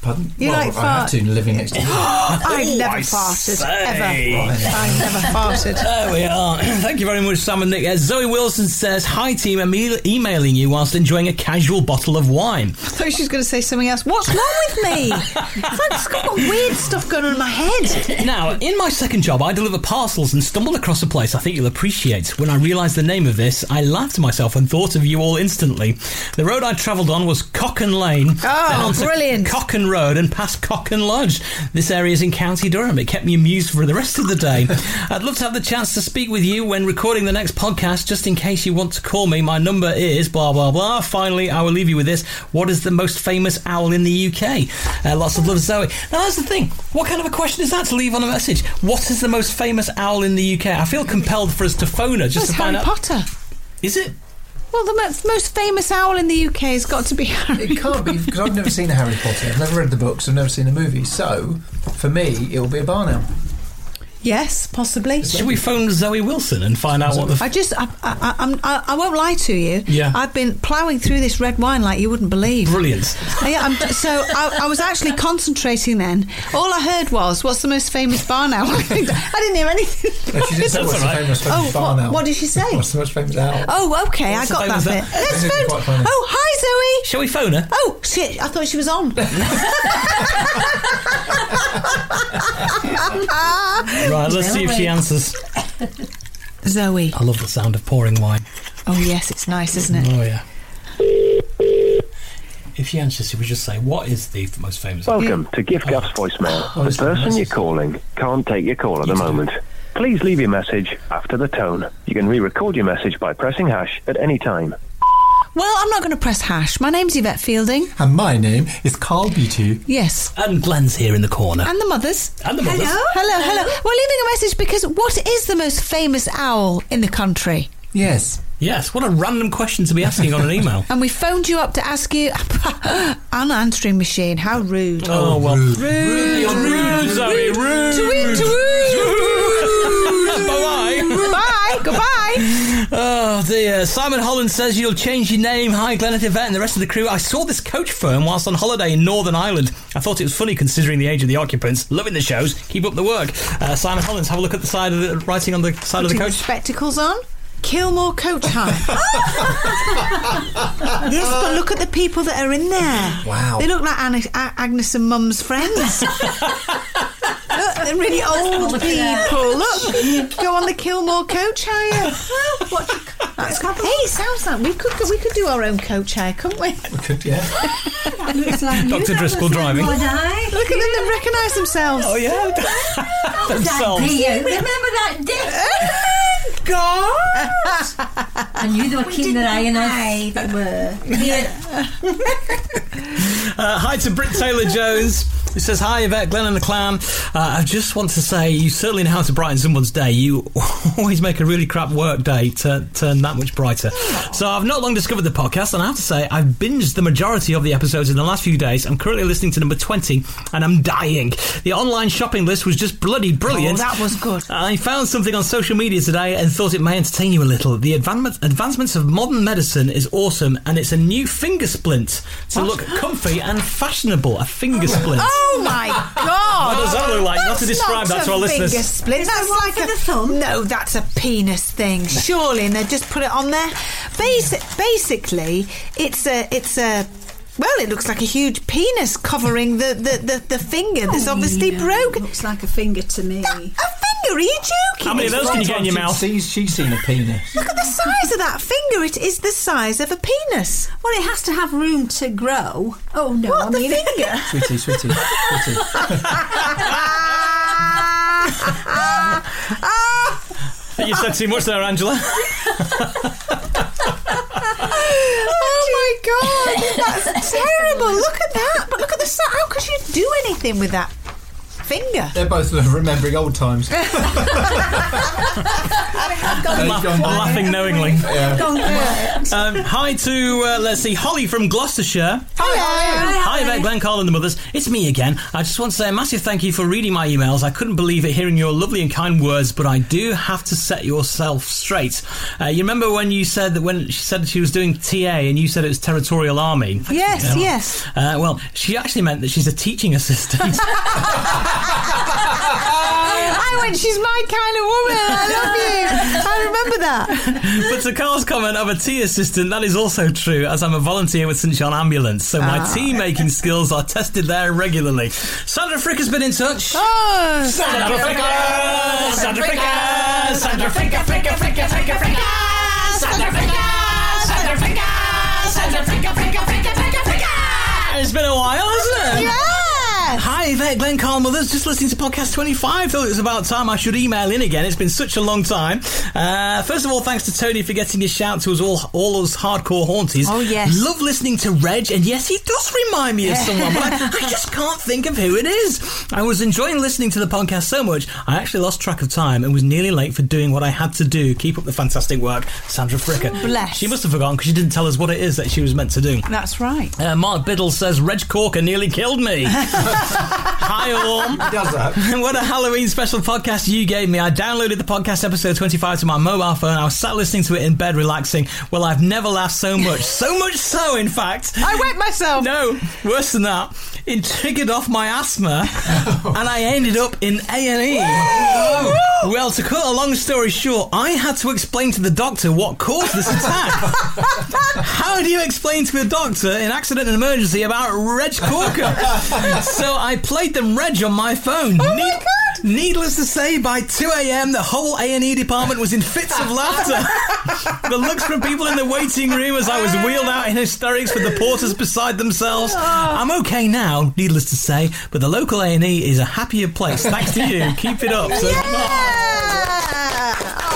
Speaker 5: Pardon?
Speaker 2: You
Speaker 5: well,
Speaker 2: like
Speaker 5: I have
Speaker 2: fart.
Speaker 5: to living next to you.
Speaker 2: I've never
Speaker 3: I
Speaker 2: farted
Speaker 3: say.
Speaker 2: ever. I've never farted.
Speaker 3: There we are. Thank you very much, Sam and Nick. Uh, Zoe Wilson says, Hi, team. I'm e- emailing you whilst enjoying a casual bottle of wine.
Speaker 2: I thought she was going to say something else. What's wrong with me? I've just got weird stuff going on in my head.
Speaker 3: Now, in my second job, I deliver parcels and stumbled across a place I think you'll appreciate. When I realised the name of this, I laughed to myself and thought of you all instantly. The road I travelled on was Cocken Lane.
Speaker 2: Oh,
Speaker 3: down to
Speaker 2: brilliant.
Speaker 3: Cocken Cochrane Road and past Cock and Lodge. This area is in County Durham. It kept me amused for the rest of the day. I'd love to have the chance to speak with you when recording the next podcast, just in case you want to call me. My number is blah, blah, blah. Finally, I will leave you with this. What is the most famous owl in the UK? Uh, lots of love, Zoe. Now, that's the thing. What kind of a question is that to leave on a message? What is the most famous owl in the UK? I feel compelled for us to phone her just
Speaker 2: That's
Speaker 3: to
Speaker 2: Harry
Speaker 3: find out.
Speaker 2: Potter.
Speaker 3: Is it?
Speaker 2: Well, the most- most famous owl in the UK has got to be Harry.
Speaker 5: It can't be because I've never seen a Harry Potter. I've never read the books. I've never seen the movies. So for me, it will be a barn owl.
Speaker 2: Yes, possibly.
Speaker 3: Should we phone Zoe Wilson and find out what the.
Speaker 2: I just, I, I, I'm, I, I won't lie to you.
Speaker 3: Yeah.
Speaker 2: I've been ploughing through this red wine like you wouldn't believe.
Speaker 3: Brilliant.
Speaker 2: yeah, I'm, so I, I was actually concentrating then. All I heard was, "What's the most famous barn owl?" I didn't hear anything.
Speaker 5: No, she didn't
Speaker 3: That's
Speaker 5: say what's
Speaker 3: all
Speaker 5: the
Speaker 3: right.
Speaker 5: famous
Speaker 2: Oh,
Speaker 5: famous barn
Speaker 2: what-
Speaker 5: owl.
Speaker 2: what did she say?
Speaker 5: What's the most famous owl?
Speaker 2: Oh, okay,
Speaker 5: What's the
Speaker 2: I got that
Speaker 5: famous
Speaker 2: bit.
Speaker 5: owl?
Speaker 2: Let's
Speaker 5: Isn't it
Speaker 2: phone.
Speaker 5: quite funny?
Speaker 2: Oh, hi, Zoe.
Speaker 3: Shall we phone her?
Speaker 2: Oh shit! I thought she was on.
Speaker 3: Right, let's see if she answers.
Speaker 2: Zoe.
Speaker 3: I love the sound of pouring wine.
Speaker 2: Oh yes, it's nice, isn't it?
Speaker 3: Oh, yeah. If she answers, she would just say, What is the most famous?
Speaker 8: Welcome to Gift Gaff's voicemail.
Speaker 3: Oh,
Speaker 8: the person you're calling can't take your call at the moment. Please leave your message after the tone. You can re-record your message by pressing hash at any time.
Speaker 2: Well, I'm not going to press hash. My name's Yvette Fielding.
Speaker 5: And my name is Carl Beauty.
Speaker 2: Yes.
Speaker 3: And Glenn's here in the corner.
Speaker 2: And the mothers.
Speaker 3: And the mothers.
Speaker 2: Hello. Hello, hello. We're leaving a message because what is the most famous owl in the country?
Speaker 5: Yes.
Speaker 3: Yes, what a random question to be asking on an email.
Speaker 2: And we phoned you up to ask you an answering machine. How rude.
Speaker 3: Oh, well.
Speaker 2: Rude.
Speaker 3: Rude, rude, Zoe, rude.
Speaker 2: Tweet, tweet.
Speaker 3: Bye-bye.
Speaker 2: Bye. Goodbye.
Speaker 3: Oh dear. Simon Holland says you'll change your name. Hi, Glenn at Event and the rest of the crew. I saw this coach firm whilst on holiday in Northern Ireland. I thought it was funny considering the age of the occupants. Loving the shows. Keep up the work. Uh, Simon Hollins, have a look at the side of the writing on the side of the
Speaker 2: Putting
Speaker 3: coach.
Speaker 2: spectacles on. Kilmore coach high. yes, but look at the people that are in there.
Speaker 5: Wow.
Speaker 2: They look like Agnes, Agnes and Mum's friends. Look, they're really old
Speaker 6: Look at that.
Speaker 2: people. Look, go on the Kilmore coach hire. What- that's- hey, it sounds like we could we could do our own coach hire, couldn't we?
Speaker 5: We could, yeah.
Speaker 4: That looks like you.
Speaker 3: Dr.
Speaker 4: That
Speaker 3: Driscoll
Speaker 4: looks like
Speaker 3: driving.
Speaker 4: my day.
Speaker 2: Look at them; they recognise themselves.
Speaker 3: Oh yeah.
Speaker 6: That
Speaker 3: Themselves.
Speaker 6: day out. Remember that day?
Speaker 2: God!
Speaker 6: I knew they were keeping their eye on us. They were. Yeah.
Speaker 3: Uh, hi to Britt Taylor Jones. Who says hi, Yvette, Glenn, and the Clan? Uh, I just want to say you certainly know how to brighten someone's day. You always make a really crap work day to turn that much brighter. So I've not long discovered the podcast, and I have to say I've binged the majority of the episodes in the last few days. I'm currently listening to number twenty, and I'm dying. The online shopping list was just bloody brilliant.
Speaker 2: Oh, that was good.
Speaker 3: I found something on social media today and thought it may entertain you a little. The advan- advancements of modern medicine is awesome, and it's a new finger splint to look comfy and fashionable. A finger splint.
Speaker 2: Oh my god!
Speaker 3: What does that look like? Not to
Speaker 2: That's
Speaker 3: describe
Speaker 2: not
Speaker 3: that to our
Speaker 2: a
Speaker 3: listeners.
Speaker 2: Finger split. That's like a thumb. No, that's a penis thing. Surely, and they just put it on there. Basic, basically, it's a, it's a. Well, it looks like a huge penis covering the the, the, the finger that's obviously
Speaker 4: Yeah,
Speaker 2: broken.
Speaker 4: Oh, Looks like a finger to me.
Speaker 2: A finger? Are you joking?
Speaker 3: How many of those can you get in your
Speaker 5: She's
Speaker 3: mouth?
Speaker 5: seen- she's seen a penis.
Speaker 2: Look at the size of that finger. It is the size of a penis.
Speaker 4: Well, it has to have room to grow. Oh no!
Speaker 2: What
Speaker 4: I
Speaker 2: the
Speaker 4: mean,
Speaker 2: finger?
Speaker 5: Sweetie, sweetie, sweetie.
Speaker 3: You said too much there, Angela.
Speaker 2: Oh my god, that's terrible! Look at that! But look at the si- how could you do anything with that finger?
Speaker 5: They're both remembering old times. They've
Speaker 3: La-
Speaker 5: gone back.
Speaker 3: laughing knowingly.
Speaker 5: Yeah.
Speaker 3: Um, hi to, uh, let's see, Holly from Gloucestershire.
Speaker 2: Hello.
Speaker 3: Hi there, Glenn, Carl, and the mothers. It's me again. I just want to say a massive thank you for reading my emails. I couldn't believe it hearing your lovely and kind words, but I do have to set yourself straight. Uh, you remember when you said that when she said she was doing TA and you said it was Territorial Army?
Speaker 2: Yes,
Speaker 3: Yeah.
Speaker 2: yes.
Speaker 3: Uh, well, she actually meant that she's a teaching assistant.
Speaker 2: I went. She's my kind of woman. I love you. I remember that.
Speaker 3: but to Carl's comment, I'm a tea assistant. That is also true, as I'm a volunteer with St John Ambulance, so my tea making skills are tested there regularly. Sandra Frick has been in touch.
Speaker 2: Oh,
Speaker 3: Sandra Fricker! Sandra Fricker! Sandra Fricker, Fricker, Fricker, Fricker, Fricker! Sandra Fricker! Sandra Fricker! Sandra Fricker, Fricker, Fricker, Fricker, Fricker! It's been a while, hasn't it?
Speaker 2: yeah. there?
Speaker 3: Hi there, Glenn Carl Mothers. Just listening to podcast 25. Thought it was about time I should email in again. It's been such a long time. Uh, first of all, thanks to Tony for getting his shout to us all, all us hardcore haunties.
Speaker 2: Oh, yes.
Speaker 3: Love listening to Reg, and yes, he does remind me of someone, but I, I just can't think of who it is. I was enjoying listening to the podcast so much, I actually lost track of time and was nearly late for doing what I had to do. Keep up the fantastic work, Sandra Fricker.
Speaker 2: Bless.
Speaker 3: She must have forgotten because she didn't tell us what it is that she was meant to do.
Speaker 2: That's right.
Speaker 3: Uh, Mark Biddle says Reg Corker nearly killed me. Hi all.
Speaker 5: does that.
Speaker 3: what a Halloween special podcast you gave me. I downloaded the podcast episode 25 to my mobile phone. I was sat listening to it in bed relaxing. Well, I've never laughed so much. So much so, in fact.
Speaker 2: I wet myself.
Speaker 3: No, worse than that. It triggered off my asthma and I ended up in A&E. Well, to cut a long story short, I had to explain to the doctor what caused this attack. How do you explain to a doctor in accident and emergency about Reg Corker? so I played them Reg on my phone. Oh my God. Needless to say, by 2 a.m., the whole A&E department was in fits of laughter. the looks from people in the waiting room as I was wheeled out in hysterics with the porters beside themselves.
Speaker 2: Oh.
Speaker 3: I'm okay now, needless to say, but the local A&E is a happier place thanks to you. Keep it up. So,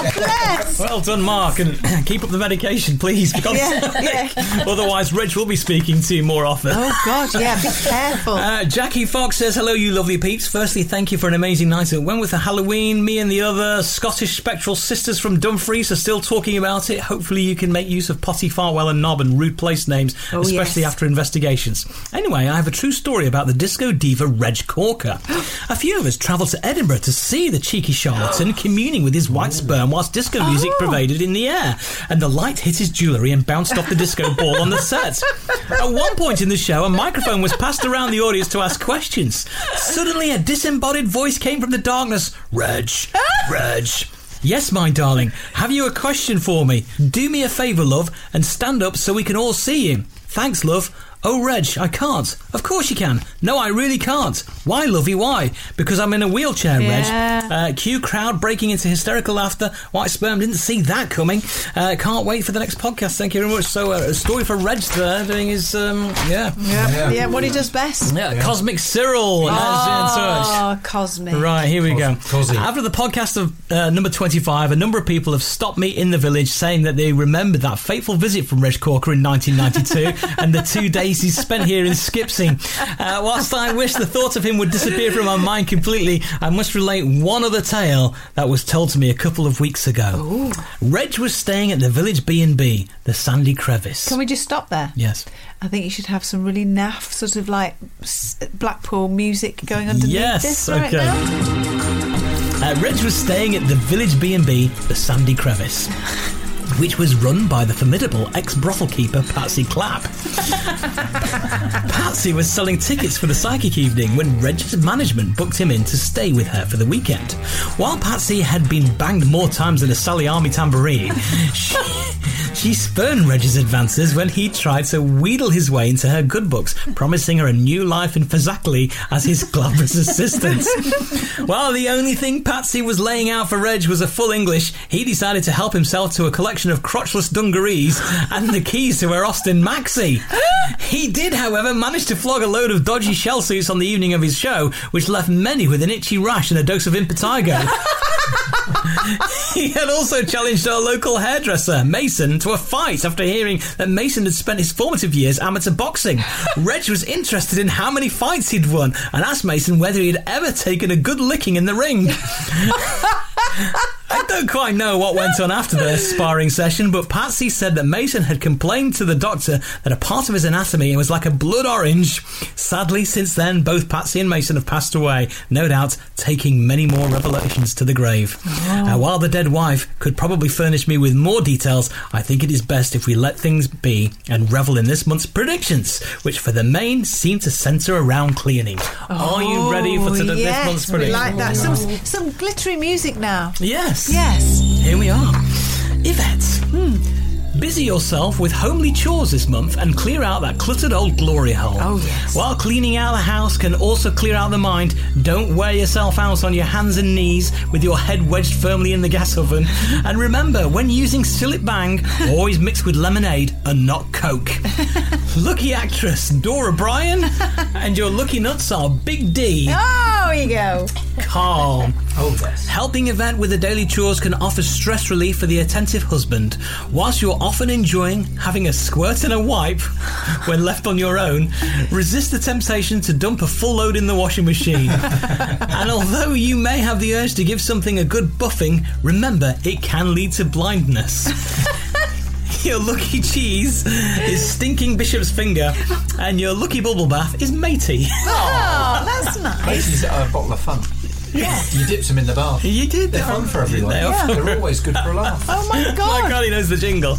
Speaker 2: Oh,
Speaker 3: Well done, Mark, and keep up the medication, please. For God's
Speaker 2: Yeah,
Speaker 3: sake. Otherwise, Reg will be speaking to you more often.
Speaker 2: Oh God, yeah, be careful.
Speaker 3: Uh, Jackie Fox says, Hello, you lovely peeps. Firstly, thank you for an amazing night at Wentworth for Halloween. Me and the other Scottish Spectral Sisters from Dumfries are still talking about it. Hopefully, you can make use of Potty Farwell and Knob and rude place names,
Speaker 2: Oh,
Speaker 3: especially
Speaker 2: yes.
Speaker 3: after investigations. Anyway, I have a true story about the disco diva Reg Corker. a few of us travelled to Edinburgh to see the cheeky charlatan communing with his white sperm whilst disco music
Speaker 2: Oh.
Speaker 3: pervaded in the air, and the light hit his jewellery and bounced off the disco ball on the set. At one point in the show, a microphone was passed around the audience to ask questions. Suddenly, a disembodied voice came from the darkness Reg, Reg. Yes, my darling, have you a question for me? Do me a favour, love, and stand up so we can all see you. Thanks, love. Oh, Reg, I can't. Of course you can. No, I really can't. Why, lovey, why? Because I'm in a wheelchair,
Speaker 2: Yeah.
Speaker 3: Reg. Uh, Q crowd breaking into hysterical laughter. White sperm didn't see that coming. Uh, can't wait for the next podcast. Thank you very much. So, uh, a story for Reg there doing his, um, yeah.
Speaker 2: Yeah, yeah, what he Oh. does best.
Speaker 3: Yeah, Cosmic Cyril. That's in touch.
Speaker 2: Oh, cosmic.
Speaker 3: Right, here we go. After the podcast of uh, number 25, a number of people have stopped me in the village saying that they remembered that fateful visit from Reg Corker in 1992 and the two days he spent here in Skipsing. Uh, whilst I wish the thought of him would disappear from my mind completely, I must relate one other tale that was told to me a couple of weeks ago. Reg was staying at the village B&B, the Sandy Crevice.
Speaker 2: Can we just stop there?
Speaker 3: yes.
Speaker 2: I think you should have some really naff sort of like s- Blackpool music going underneath
Speaker 3: Yes,
Speaker 2: this right
Speaker 3: okay.
Speaker 2: now.
Speaker 3: Uh, Reg was staying at the village B&B, the Sandy Crevice, which was run by the formidable ex-brothel keeper Patsy Clapp. Patsy was selling tickets for the psychic evening when Reg's management booked him in to stay with her for the weekend. While Patsy had been banged more times than a Sally Army tambourine, she, she spurned Reg's advances when he tried to wheedle his way into her good books, promising her a new life in Fazakli as his glamorous assistant. While the only thing Patsy was laying out for Reg was a full English, he decided to help himself to a collection of crotchless dungarees and the keys to her Austin Maxi. He did, however, manage to flog a load of dodgy shell suits on the evening of his show, which left many with an itchy rash and a dose of impetigo. he had also challenged our local hairdresser, Mason, to a fight after hearing that Mason had spent his formative years amateur boxing. Reg was interested in how many fights he'd won and asked Mason whether he'd ever taken a good licking in the ring. I don't quite know what went on after the sparring session, but Patsy said that Mason had complained to the doctor that a part of his anatomy was like a blood orange. Sadly, since then, both Patsy and Mason have passed away, no doubt taking many more revelations to the grave. Uh, while the dead wife could probably furnish me with more details, I think it is best if we let things be and revel in this month's predictions, which for the main seem to centre around cleaning. Are you ready for
Speaker 2: Oh,
Speaker 3: today- this
Speaker 2: yes,
Speaker 3: month's
Speaker 2: we
Speaker 3: predictions?
Speaker 2: like that. Some, some glittery music now.
Speaker 3: Yes.
Speaker 2: Yes.
Speaker 3: Hmm. Here we are. Yvette, Busy yourself with homely chores this month and clear out that cluttered old glory hole. Oh, yes. While cleaning out the house can also clear out the mind, don't wear yourself out on your hands and knees with your head wedged firmly in the gas oven. and remember, when using Sillet Bang, always mix with lemonade and not Coke. lucky actress Dora Bryan, and your lucky nuts are Big D.
Speaker 2: Oh, here you go.
Speaker 3: Calm. Oh, yes. Helping event with the daily chores can offer stress relief for the attentive husband. Whilst you're often enjoying having a squirt and a wipe when left on your own, resist the temptation to dump a full load in the washing machine. and although you may have the urge to give something a good buffing, remember it can lead to blindness. Your lucky cheese is stinking bishop's finger, and your lucky bubble bath is matey.
Speaker 2: Oh, that's nice.
Speaker 5: Macy's a bottle of fun. Yeah. You dipped them in the bath.
Speaker 3: You did. um,
Speaker 5: They're fun for everyone.
Speaker 3: They are fun.
Speaker 5: They're always good for a laugh.
Speaker 2: Oh my
Speaker 3: god! My god, he knows the jingle.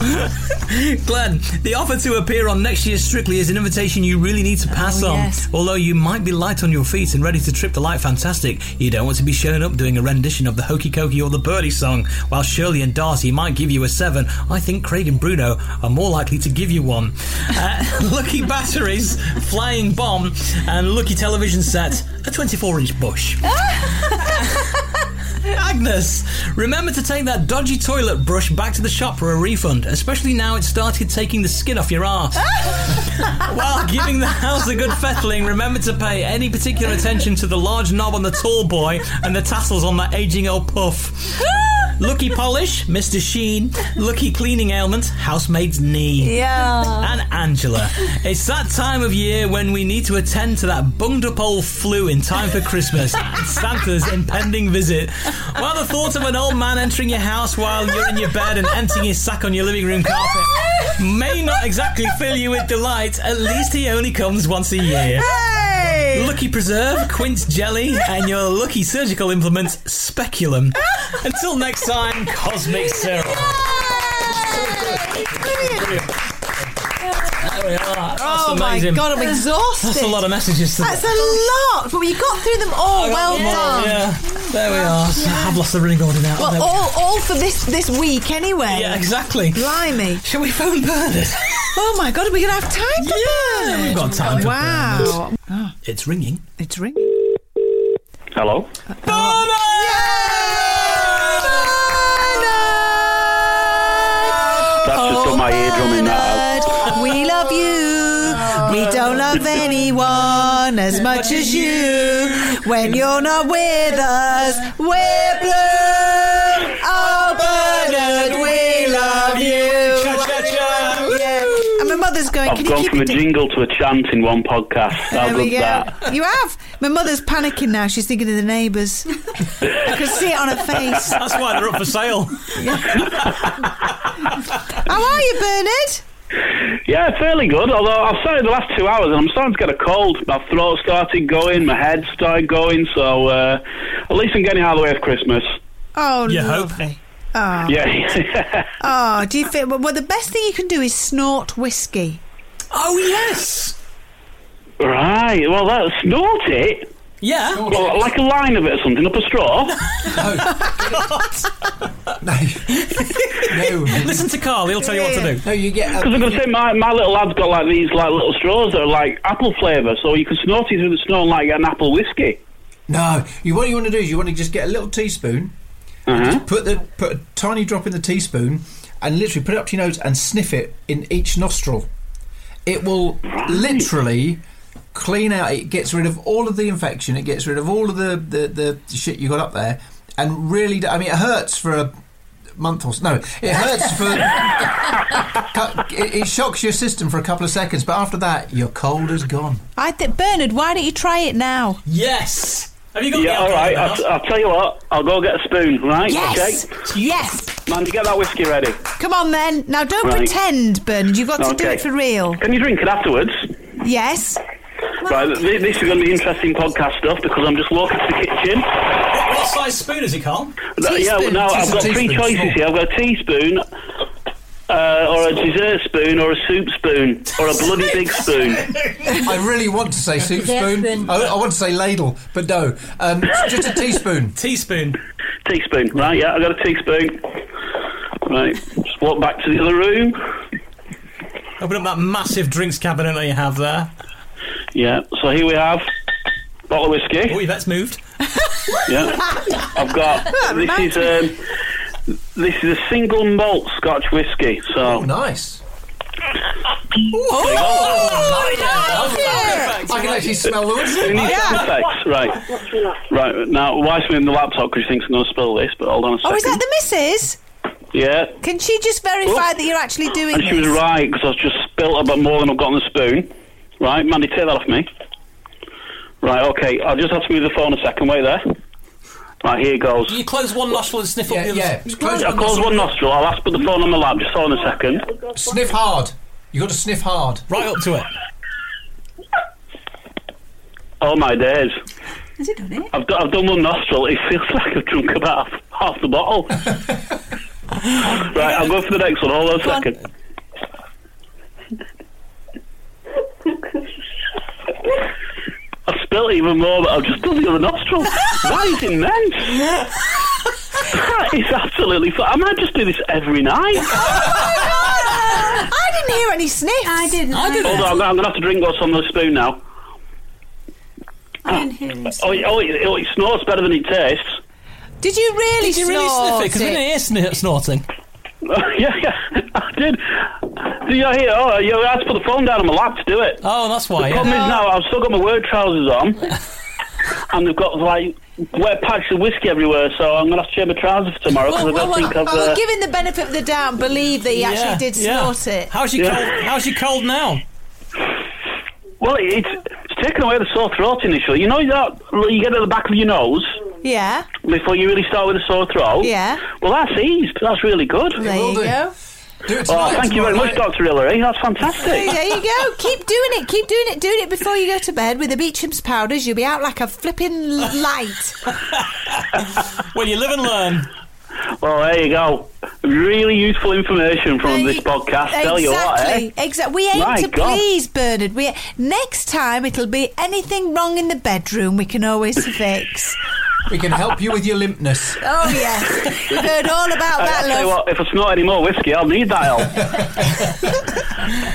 Speaker 3: Glenn, the offer to appear on next year's Strictly is an invitation you really need to pass
Speaker 2: Oh,
Speaker 3: on.
Speaker 2: yes.
Speaker 3: Although you might be light on your feet and ready to trip the light fantastic, you don't want to be shown up doing a rendition of the Hokey Cokey or the Birdie song. While Shirley and Darcy might give you a seven, I think Craig and Bruno are more likely to give you one. Uh, lucky batteries, flying bomb, and lucky television set, a 24 inch bush. Agnes, remember to take that dodgy toilet brush back to the shop for a refund, especially now it started taking the skin off your arse. While giving the house a good fettling, remember to pay any particular attention to the large knob on the tall boy and the tassels on that aging old puff. Lucky polish, Mr. Sheen. Lucky cleaning ailment, housemaid's knee.
Speaker 2: Yeah.
Speaker 3: And Angela. It's that time of year when we need to attend to that bunged up old flu in time for Christmas and Santa's impending visit. While the thought of an old man entering your house while you're in your bed and emptying his sack on your living room carpet may not exactly fill you with delight, at least he only comes once a year. Lucky Preserve, Quince Jelly, and your lucky surgical implement, Speculum. Until next time, Cosmic Syrup. There we are. That's
Speaker 2: Oh my
Speaker 3: amazing.
Speaker 2: God, I'm exhausted.
Speaker 3: That's a lot of messages today.
Speaker 2: That's a lot, but you got through them all. Well
Speaker 3: Come on,
Speaker 2: done.
Speaker 3: Yeah, there we are. I've lost the ring order now. There
Speaker 2: Well,
Speaker 3: we-
Speaker 2: all, all for this this week anyway.
Speaker 3: Yeah, exactly.
Speaker 2: Blimey.
Speaker 3: Shall we phone Bernard?
Speaker 2: oh my God, are we going to have time for Bernard?
Speaker 3: we've got time for
Speaker 2: oh, Wow. Ah.
Speaker 3: It's ringing.
Speaker 2: It's ringing.
Speaker 9: Hello? That's just got my
Speaker 2: Oh,
Speaker 9: eardrum in that out.
Speaker 2: We love you. We don't love anyone as much as you. When you're not with us, we're blue. Oh, Bernard, we love you. Yeah. And my mother's going,
Speaker 9: I've
Speaker 2: can you
Speaker 9: gone
Speaker 2: keep
Speaker 9: from
Speaker 2: it
Speaker 9: a jingle to a chant in one podcast. How
Speaker 2: There we
Speaker 9: good's
Speaker 2: go.
Speaker 9: that?
Speaker 2: You have. My mother's panicking now. She's thinking of the neighbours. I could see it on her face.
Speaker 3: That's why they're up for sale.
Speaker 2: How are you, Bernard?
Speaker 9: Yeah, fairly good. Although I've started the last two hours and I'm starting to get a cold. My throat started going, my head started going. So uh, at least I'm getting out of the way of Christmas.
Speaker 2: Oh,
Speaker 9: You hope.
Speaker 2: lovely. Oh.
Speaker 9: Yeah.
Speaker 2: Oh, do you feel? Well, well, the best thing you can do is snort whiskey.
Speaker 3: Oh yes.
Speaker 9: right. Well, that's snort it.
Speaker 3: Yeah.
Speaker 9: Well, like a line of it or something up a straw.
Speaker 3: Listen to Carl. He'll tell you what to do.
Speaker 5: No, you get.
Speaker 9: Because I'm going to say my, my little lad's got like these like little straws that are like apple flavour, so you can snort it through the snow like an apple whiskey.
Speaker 5: No, you what you want to do is you want to just get a little teaspoon, and just put the put a tiny drop in the teaspoon, and literally put it up to your nose and sniff it in each nostril. It will literally clean out. It gets rid of all of the infection. It gets rid of all of the the, the shit you got up there, and really, d- I mean, it hurts for a month or so. No, it hurts for. cu- it, it shocks your system for a couple of seconds, but after that, your cold is gone.
Speaker 2: I think Bernard, why don't you try it now?
Speaker 3: Yes. Have you got?
Speaker 9: yeah, all right. I'll, I'll tell you what. I'll go get a spoon. Right?
Speaker 2: Yes.
Speaker 9: Okay.
Speaker 2: Yes.
Speaker 9: Man, you get that whiskey ready.
Speaker 2: Come on, then. Now, don't
Speaker 9: Right.
Speaker 2: pretend, Bernard. You've got to do
Speaker 9: Okay.
Speaker 2: it for real.
Speaker 9: Can you drink it afterwards?
Speaker 2: Yes.
Speaker 9: Right. th- This is going to be interesting podcast stuff because I'm just walking to the kitchen.
Speaker 3: What, what size spoon is it, Carl?
Speaker 9: Th- Yeah. well, Now I've got three choices here. I've got a teaspoon, uh, or a dessert spoon, or a soup spoon, or a bloody big spoon.
Speaker 5: I really want to say soup
Speaker 9: Dessert
Speaker 5: spoon.
Speaker 9: spoon.
Speaker 5: I, I want to say ladle, but no. Um, just a teaspoon.
Speaker 3: Teaspoon.
Speaker 9: Teaspoon. Right. Yeah. I got a teaspoon. Right. Just Walk back to the other room.
Speaker 3: Open up that massive drinks cabinet that you have there.
Speaker 9: Yeah, so here we have bottle of whiskey.
Speaker 3: Oh, Yvette's moved.
Speaker 9: yeah, I've got this is um, this is a single malt Scotch whiskey. So
Speaker 5: nice.
Speaker 2: Oh,
Speaker 3: Oh,
Speaker 4: I can actually smell the whiskey.
Speaker 9: We need sound effects, right? Right now, wife's moving the laptop because she thinks I'm going to spill this. But hold on a second.
Speaker 2: Oh, is that the missus?
Speaker 9: Yeah,
Speaker 2: Can she just verify that you're actually doing
Speaker 9: and she was
Speaker 2: this?
Speaker 9: right because I've just spilt about more than I've got on the spoon. Right, Mandy, take that off me. Right, okay. I'll just have to move the phone a second. Wait there. Right, here goes.
Speaker 3: You close one nostril and sniff up the other. Yeah,
Speaker 9: I close one nostril. I'll ask to put the phone on my lap. Just hold on a second.
Speaker 5: Sniff hard. You got to sniff hard.
Speaker 3: Right up to it.
Speaker 9: Oh my days!
Speaker 10: Has he done it?
Speaker 9: I've, do- I've done one nostril. It feels like I've drunk about half, half the bottle. right, I'll go for the next one. Hold on a second. I've spilt even more, but I've just done the other nostril. that is immense. that is absolutely. Fu- I might just do this every night.
Speaker 2: I didn't hear any sniffs. I didn't. I
Speaker 9: Hold on, I'm gonna- I'm going to have to drink what's on the spoon now.
Speaker 10: I didn't hear him.
Speaker 9: Oh, it, oh, it, oh, it snorts better than it tastes.
Speaker 2: Did you really
Speaker 3: Did you really sniff it?
Speaker 2: snort
Speaker 3: Because we didn't hear sni- snorting.
Speaker 9: Oh, yeah, yeah, I did. Do you hear? Oh, you had to put the phone down on my lap to do it.
Speaker 3: Oh, that's why.
Speaker 9: The
Speaker 3: yeah.
Speaker 9: problem is now I've still got my word trousers on, and they've got like wet patches of whiskey everywhere. So I'm going to have to change my trousers for tomorrow because
Speaker 2: Well,
Speaker 9: I
Speaker 2: well,
Speaker 9: don't
Speaker 2: well,
Speaker 9: think I've.
Speaker 2: well,
Speaker 9: uh,
Speaker 2: given the benefit of the doubt, believe that he
Speaker 3: Yeah,
Speaker 2: actually did
Speaker 3: yeah.
Speaker 2: snort it.
Speaker 3: How's she
Speaker 9: Yeah.
Speaker 3: cold? How's she cold now?
Speaker 9: well, it's, it's taken away the sore throat initially. You know that you get at the back of your nose
Speaker 2: Yeah.
Speaker 9: before you really start with a sore throat.
Speaker 2: Yeah.
Speaker 9: Well, that's eased. That's really good.
Speaker 2: There you go.
Speaker 5: Do it
Speaker 9: Oh, thank you very much, Doctor Hillary. That's fantastic.
Speaker 2: There you go. Keep doing it. Keep doing it. Doing it before you go to bed with the Beecham's powders. You'll be out like a flipping light.
Speaker 3: Well, you live and learn.
Speaker 9: Well, there you go. Really useful information from this podcast. Tell you what, eh?
Speaker 2: exactly. Exactly. We aim
Speaker 9: My
Speaker 2: to
Speaker 9: God.
Speaker 2: please, Bernard. We next time it'll be anything wrong in the bedroom. We can always fix.
Speaker 5: We can help you with your limpness.
Speaker 2: Oh yes, we've heard all about
Speaker 9: Hey,
Speaker 2: that,
Speaker 9: Uh, I'll tell you
Speaker 2: love.
Speaker 9: what, if I snort any more whiskey, I'll need that help.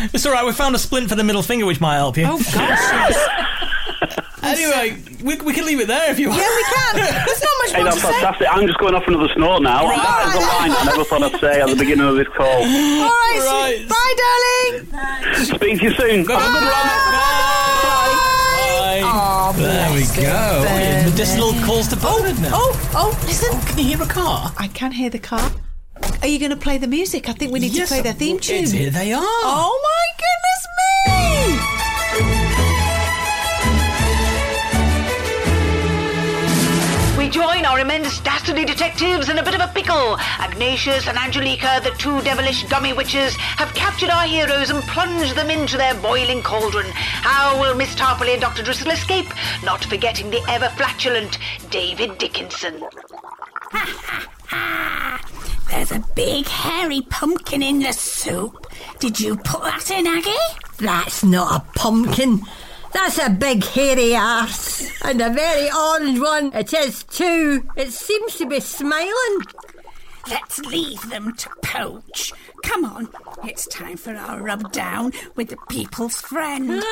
Speaker 3: It's all right. We found a splint for the middle finger, which might help you.
Speaker 2: Oh gosh.
Speaker 3: anyway, we, we can leave it there if you want.
Speaker 2: yeah, we can. There's not much
Speaker 9: hey,
Speaker 2: more to
Speaker 9: that's
Speaker 2: say.
Speaker 9: fantastic. I'm just going off another snort now. And that is the line I never thought I'd say at the beginning of this call.
Speaker 2: All right,
Speaker 3: Right.
Speaker 2: so- bye, darling.
Speaker 9: Speak to you soon.
Speaker 3: Go for the Bye.
Speaker 2: Oh,
Speaker 3: There we go.
Speaker 2: Bernard.
Speaker 3: Medicinal calls to Bernard now.
Speaker 2: Oh, oh, listen.
Speaker 3: Can you hear a car?
Speaker 2: I can hear the car. Are you going to play the music? I think we need to play their theme tune.
Speaker 3: It's here they are.
Speaker 2: Oh my goodness me!
Speaker 11: We join our immense dastardly detectives in a bit of a pickle. Ignatius and Angelica, the two devilish dummy witches, have captured our heroes and plunged them into their boiling cauldron. How will Miss Tarpley and Dr. Driscoll escape? Not forgetting the ever flatulent David Dickinson.
Speaker 10: There's a big hairy pumpkin in the soup. Did you put that in, Aggie?
Speaker 6: That's not a pumpkin. That's a big hairy arse. And a very orange one it is too. It seems to be smiling.
Speaker 10: Let's leave them to poach. Come on, it's time for our rub down with the people's friend.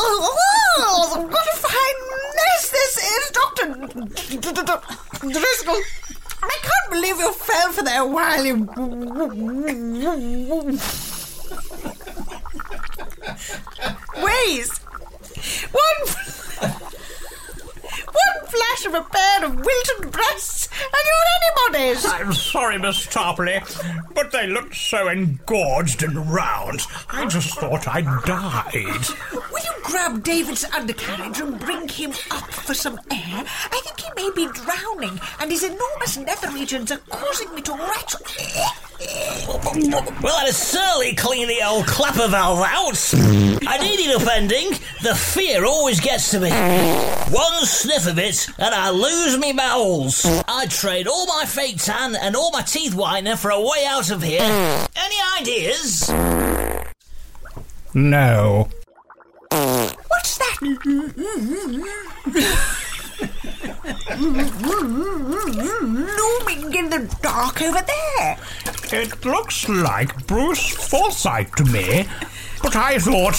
Speaker 4: Oh, what a fine mess this is, Doctor Driscoll. I can't believe you fell for that while you. Ways. One. One flash of a pair of wilted breasts, and you're anybody's.
Speaker 12: I'm sorry, Miss Tarpley, but they looked so engorged and round. I just thought I died.
Speaker 4: Will you grab David's undercarriage and bring him up for some air? I think he may be drowning, and his enormous nether regions are causing me to rattle.
Speaker 13: Well, I'd certainly clean the old clapper valve out. I need it upending. The fear always gets to me. One sniff of it, and I lose me bowels. I'd trade all my fake tan and all my teeth whitener for a way out of here. Any ideas?
Speaker 12: No.
Speaker 4: What's that?
Speaker 2: Looming in the dark over there.
Speaker 14: It looks like Bruce Forsyth to me, but I thought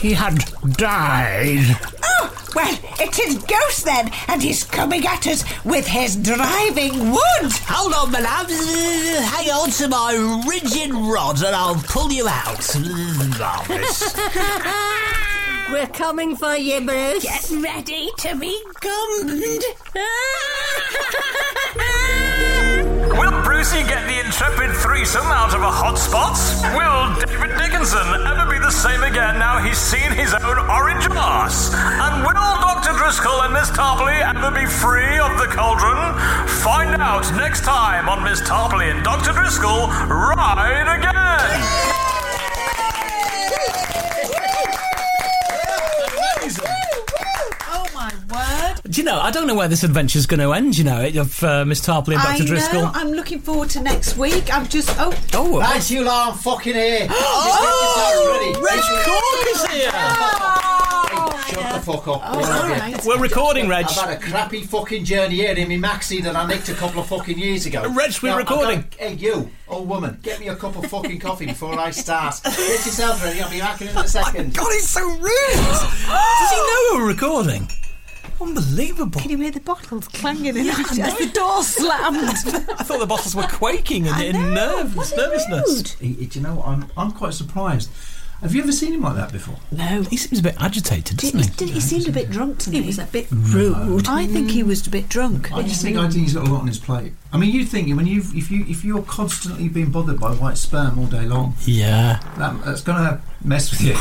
Speaker 14: he had died.
Speaker 4: Oh, well, it's his ghost then, and he's coming at us with his driving wood.
Speaker 13: Hold on, my love. Hang on to my rigid rod and I'll pull you out. Marvellous.
Speaker 15: We're coming for you, Bruce.
Speaker 4: Get ready to be gummed.
Speaker 12: Will Brucey get the intrepid threesome out of a hot spot? Will David Dickinson ever be the same again now he's seen his own orange ass? And will Dr. Driscoll and Miss Tarpley ever be free of the cauldron? Find out next time on Miss Tarpley and Dr. Driscoll Ride Again!
Speaker 2: Oh my word!
Speaker 3: Do you know? I don't know where this adventure's going to end. You know, it- of uh, Miss Tarpley and
Speaker 2: I
Speaker 3: Doctor Driscoll.
Speaker 2: know. I'm looking forward to next week. I'm just oh
Speaker 3: Oh, well.
Speaker 2: you lot, I'm fucking here.
Speaker 3: Oh, Reg Cork is here.
Speaker 5: Shut the fuck up.
Speaker 3: right. We're recording, Reg.
Speaker 5: I've had a crappy fucking journey here in my maxi that I nicked a couple of fucking years ago.
Speaker 3: Reg, we're
Speaker 5: Now, I've got-
Speaker 3: recording.
Speaker 5: hey, you, old woman, get me a cup of fucking coffee before I start. Get yourself ready, I'll be back in a second.
Speaker 3: God, it's so rude. Does he know we're recording? Unbelievable.
Speaker 2: Can you hear the bottles clanging in as the door slammed?
Speaker 3: I thought the bottles were quaking in, in nerves, nervousness.
Speaker 16: He- he- do you know what? I'm, I'm quite surprised. Have you ever seen him like that before?
Speaker 2: No.
Speaker 3: He seems a bit agitated, doesn't
Speaker 16: he?
Speaker 2: Did he seemed a bit drunk to me? He was a bit
Speaker 16: rude.
Speaker 2: I think he was a bit drunk.
Speaker 16: I just think I think he's got a lot on his plate. I mean, you think when you if you if you're constantly being bothered by white sperm all day long,
Speaker 3: Yeah.
Speaker 16: that, that's going to mess with you.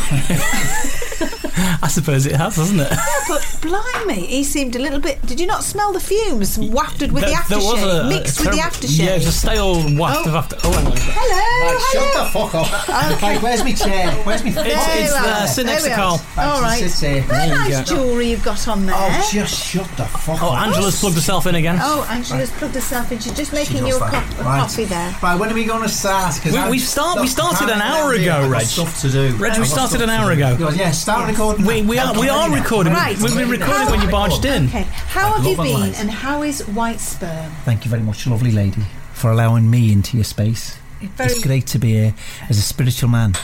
Speaker 3: I suppose it has, hasn't it?
Speaker 2: Yeah, but blimey, he seemed a little bit. Did you not smell the fumes wafted with
Speaker 3: There-
Speaker 2: the
Speaker 3: there was a-
Speaker 2: aftershave,
Speaker 3: a
Speaker 2: mixed with the
Speaker 3: terrible-
Speaker 2: aftershave?
Speaker 3: Yeah, it's a stale waft of after. Oh, hang on.
Speaker 2: Hello.
Speaker 5: Shut the fuck up.
Speaker 2: Okay.
Speaker 5: Like, where's my chair? Where's my
Speaker 3: It's-
Speaker 5: fucking
Speaker 3: it's
Speaker 5: chair?
Speaker 3: there, sit next
Speaker 2: There
Speaker 3: to
Speaker 2: we are.
Speaker 3: Carl.
Speaker 2: All right.
Speaker 5: Sit here.
Speaker 2: Very
Speaker 3: There you
Speaker 2: nice
Speaker 3: go.
Speaker 2: jewellery you've got on there.
Speaker 5: Oh, just shut the fuck
Speaker 3: Oh,
Speaker 5: up.
Speaker 3: Angela's plugged herself in again.
Speaker 2: Oh, Angela's plugged herself in. She's just making
Speaker 5: does
Speaker 2: you a,
Speaker 5: that.
Speaker 2: cup of
Speaker 5: Right.
Speaker 2: coffee there.
Speaker 5: Right, when are we going to start? 'Cause
Speaker 3: We-
Speaker 5: I've
Speaker 3: we start- we
Speaker 5: stuff-
Speaker 3: started an
Speaker 5: I've
Speaker 3: hour
Speaker 5: got
Speaker 3: ago, Reg.
Speaker 5: Stuff to do.
Speaker 3: Reg, we
Speaker 5: I've got
Speaker 3: started
Speaker 5: stuff
Speaker 3: an
Speaker 5: to
Speaker 3: hour
Speaker 5: do.
Speaker 3: ago.
Speaker 5: He goes, yeah, start recording.
Speaker 3: We, we are, we are recording.
Speaker 2: Right.
Speaker 3: We've been recording when you barged in.
Speaker 2: Okay. How
Speaker 5: I'd
Speaker 2: have you
Speaker 5: love a
Speaker 2: been
Speaker 5: light.
Speaker 2: and how is White Sperm?
Speaker 5: Thank you very much, lovely lady, for allowing me into your space.
Speaker 2: Very-
Speaker 5: It's great to be here. As a spiritual man,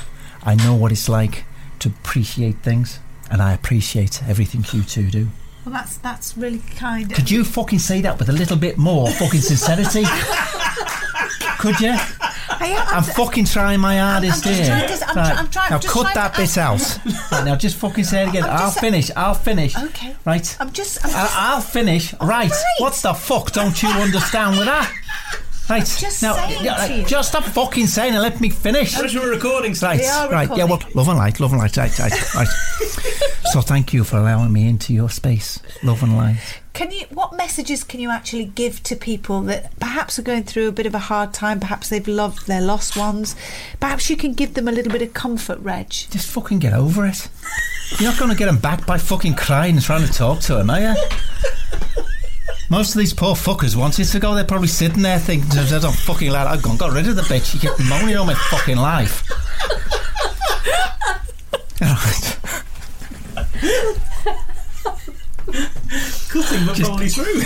Speaker 5: I know what it's like to appreciate things, and I appreciate everything you two do.
Speaker 2: Well, that's that's really kind.
Speaker 5: Could you fucking say that with a little bit more fucking sincerity? Could you?
Speaker 2: I am,
Speaker 5: I'm fucking trying my hardest
Speaker 2: I'm just
Speaker 5: here.
Speaker 2: trying to- I'm try- I'm trying-
Speaker 5: now
Speaker 2: I'm just
Speaker 5: cut
Speaker 2: trying
Speaker 5: that
Speaker 2: to-
Speaker 5: bit out. Right, now just fucking say it again.
Speaker 2: I'm
Speaker 5: I'll
Speaker 2: just-
Speaker 5: finish. I'll finish.
Speaker 2: Okay.
Speaker 5: Right.
Speaker 2: I'm just. I'm
Speaker 5: I-
Speaker 2: just Oh,
Speaker 5: I'll finish. Right. What's the fuck? Don't you understand with that? Right.
Speaker 2: just
Speaker 5: now,
Speaker 2: saying
Speaker 5: yeah,
Speaker 2: to
Speaker 5: right,
Speaker 2: you.
Speaker 5: just stop fucking saying and let me finish.
Speaker 3: Reg, we're recording.
Speaker 5: Right, right, yeah, well, love and light, love and light, right, right, right. so thank you for allowing me into your space, love and light.
Speaker 2: Can you? What messages can you actually give to people that perhaps are going through a bit of a hard time? Perhaps they've loved their lost ones. Perhaps you can give them a little bit of comfort, Reg.
Speaker 5: Just fucking get over it. You're not going to get him back by fucking crying and trying to talk to him, are you? Most of these poor fuckers wanted to go. They're probably sitting there thinking, "There's a fucking lad. I've gone, got rid of the bitch. You kept moaning all my fucking life."
Speaker 3: Cutting the
Speaker 5: Just-
Speaker 3: probably through.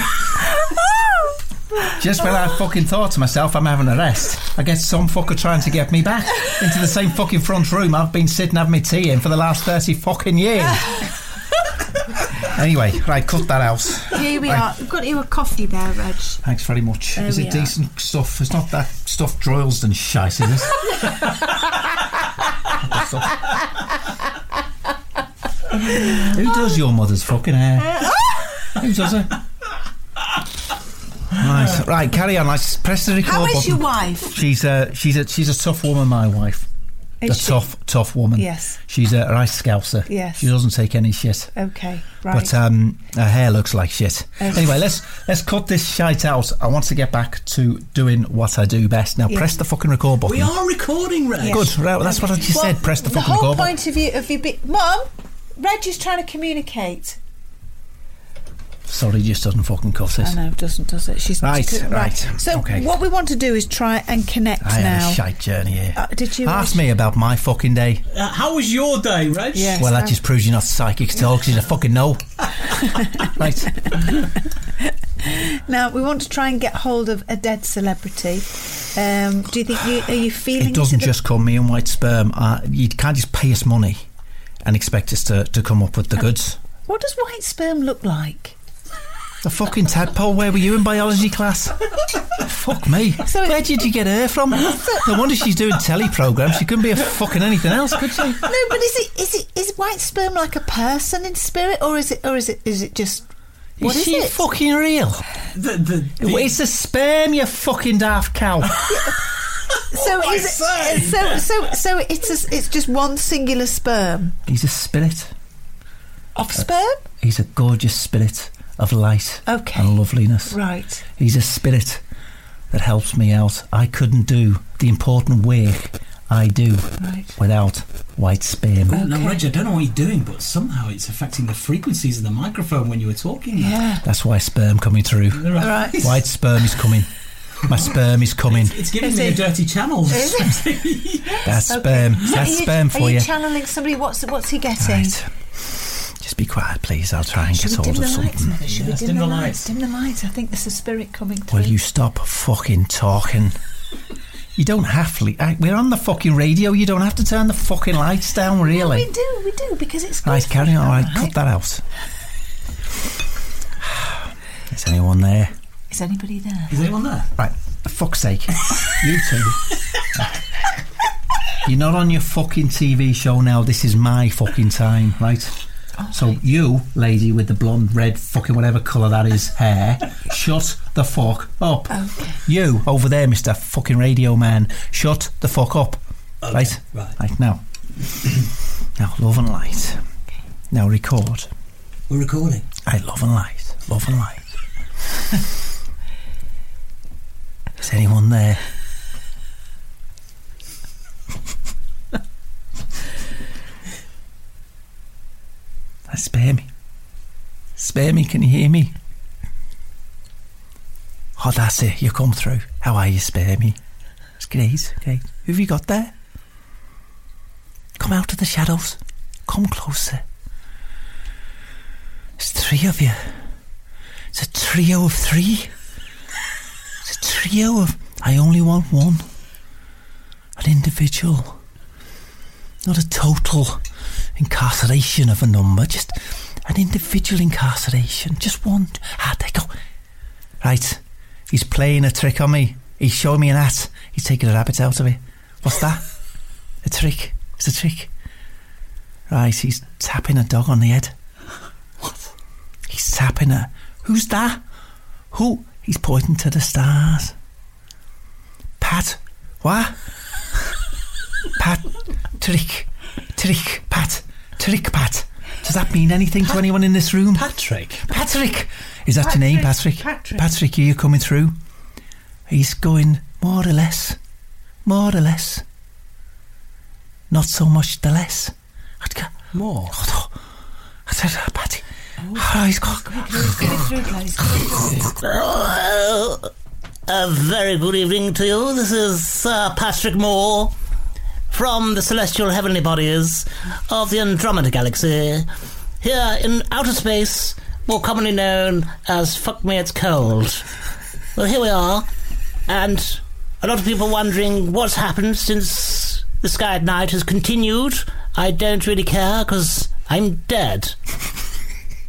Speaker 5: Just when I fucking thought to myself, I'm having a rest, I get some fucker trying to get me back into the same fucking front room I've been sitting having my tea in for the last 30 fucking years. anyway, right, cut that out.
Speaker 2: Here we
Speaker 5: Right.
Speaker 2: are. We've got you a coffee there, Reg.
Speaker 5: Thanks very much.
Speaker 2: There
Speaker 5: is
Speaker 2: we
Speaker 5: it
Speaker 2: are.
Speaker 5: decent stuff? It's not that stuff droils and shite, is it? Who does your mother's fucking hair? Who does it? Right, right, carry on. I s- press the record
Speaker 2: Ah. How is
Speaker 5: button.
Speaker 2: your wife?
Speaker 5: She's a she's a she's a tough woman, my wife.
Speaker 2: Is
Speaker 5: a
Speaker 2: she?
Speaker 5: tough tough woman.
Speaker 2: Yes.
Speaker 5: She's a right scouser.
Speaker 2: Yes. Oh,
Speaker 5: She doesn't take any shit.
Speaker 2: Okay, right.
Speaker 5: But um, her hair looks like shit.
Speaker 2: Okay.
Speaker 5: Anyway, let's let's cut this shite out. I want to get back to doing what I do best. Now
Speaker 2: Yeah.
Speaker 5: press the fucking record button.
Speaker 3: We are recording, Reg.
Speaker 5: Good. Right, well, that's what I just
Speaker 2: Well,
Speaker 5: said. Press the
Speaker 2: the
Speaker 5: fucking
Speaker 2: whole
Speaker 5: record button.
Speaker 2: point of you of you be Mum, Reg is trying to communicate.
Speaker 5: Sorry, just doesn't fucking cut it.
Speaker 2: I know, doesn't does it? She's
Speaker 5: Right,
Speaker 2: she's-
Speaker 5: right,
Speaker 2: So
Speaker 5: okay.
Speaker 2: what we want to do is try and connect
Speaker 5: I
Speaker 2: now.
Speaker 5: had a Ah, shite journey here.
Speaker 2: Uh, did you
Speaker 5: ask me about my fucking day?
Speaker 3: Uh, how was your day, Reg?
Speaker 2: Yes,
Speaker 5: well,
Speaker 2: I-
Speaker 5: that just proves you're not psychic at all because you fucking know. right.
Speaker 2: Now we want to try and get hold of a dead celebrity. Um, do you think you are you feeling?
Speaker 5: It doesn't
Speaker 2: to the-
Speaker 5: just come me and white sperm. Uh, you can't just pay us money and expect us to, to come up with
Speaker 2: Um,
Speaker 5: the goods.
Speaker 2: What does white sperm look like?
Speaker 5: The fucking tadpole, where were you in biology class? Fuck me. where did you get her from? No wonder she's doing telly programmes. She couldn't be a fucking anything else, could she?
Speaker 2: No, but is it is it is white sperm like a person in spirit, or is it or is it is it just? What
Speaker 5: is
Speaker 2: is
Speaker 5: she
Speaker 2: it?
Speaker 5: fucking real?
Speaker 3: The, the,
Speaker 5: it's a sperm, you fucking daft cow.
Speaker 2: So
Speaker 5: I
Speaker 2: is
Speaker 5: say.
Speaker 2: it, so so so it's a, it's just one singular sperm
Speaker 5: He's a spirit.
Speaker 2: of sperm.
Speaker 5: He's a gorgeous spirit of light
Speaker 2: Okay.
Speaker 5: and loveliness.
Speaker 2: Right.
Speaker 5: He's a spirit that helps me out. I couldn't do the important work I do without white sperm.
Speaker 3: Ooh, Now, Reg, I don't know what you're doing, but somehow it's affecting the frequencies of the microphone when you were talking. Yeah.
Speaker 5: That's why sperm coming through.
Speaker 3: Right.
Speaker 5: White sperm is coming. My sperm is coming.
Speaker 3: It's giving me a dirty channel.
Speaker 5: That's
Speaker 2: Okay.
Speaker 5: sperm. That's
Speaker 2: So are you,
Speaker 5: sperm
Speaker 2: are
Speaker 5: for
Speaker 2: you
Speaker 5: you.
Speaker 2: channeling somebody? What's what's he getting?
Speaker 5: Just be quiet, please. I'll try and
Speaker 2: Should
Speaker 5: get
Speaker 2: we
Speaker 5: hold
Speaker 2: dim
Speaker 5: of
Speaker 2: the lights,
Speaker 5: something.
Speaker 2: Mother? Should we dim, the, lights? Dim the lights. I think there's a spirit coming through.
Speaker 5: Will you stop fucking talking? You don't have to. I, we're on the fucking radio. You don't have to turn the fucking lights down, really.
Speaker 2: We do, we do, because it's
Speaker 5: Right,
Speaker 2: good.
Speaker 5: carry on. All right, cut that out. Is anyone there?
Speaker 2: Is anybody there?
Speaker 3: Is anyone there?
Speaker 5: Right, for fuck's sake. you two. You're not on your fucking TV show now. This is my fucking time, right? so you, lady with the blonde, red, fucking whatever colour that is, hair, shut the fuck up. You over there, Mister Fucking Radio Man, shut the fuck up. right,
Speaker 3: right,
Speaker 5: right now. now, love and light. Now record.
Speaker 3: We're recording.
Speaker 5: I love and light, love and light. Is anyone there? Uh, Spare me. Spare me, can you hear me? Oh, that's it, you come through. How are you, spare me? It's great, great. Who have you got there? Come out of the shadows. Come closer. It's three of you. It's a trio of three. It's a trio of. I only want one. An individual. Not a total incarceration of a number, just an individual incarceration. Just one. Ah, there you go. Right. He's playing a trick on me. He's showing me an hat. He's taking a rabbit out of it. What's that? a trick. It's a trick. Right, he's tapping a dog on the head. He's tapping her. Who's that? Who? He's pointing to the stars. Pat. What? Pat. Trick. Trick. Pat. Trick, Pat. Does that mean anything to anyone in this room?
Speaker 3: Patrick.
Speaker 5: Patrick. Is that your name, Patrick?
Speaker 2: Patrick, Patrick.
Speaker 5: Patrick, are you coming through? He's going more or less. More or less. Not so much the less. I'd go, more. I said, "Oh, Patty. Oh, he's got.
Speaker 4: A very good evening to you. This is Sir Patrick Moore
Speaker 13: from the celestial heavenly bodies of the Andromeda Galaxy, here in outer space, more commonly known as Fuck Me It's Cold. Well, here we are, and a lot of people wondering what's happened since the sky at night has continued. I don't really care because I'm dead.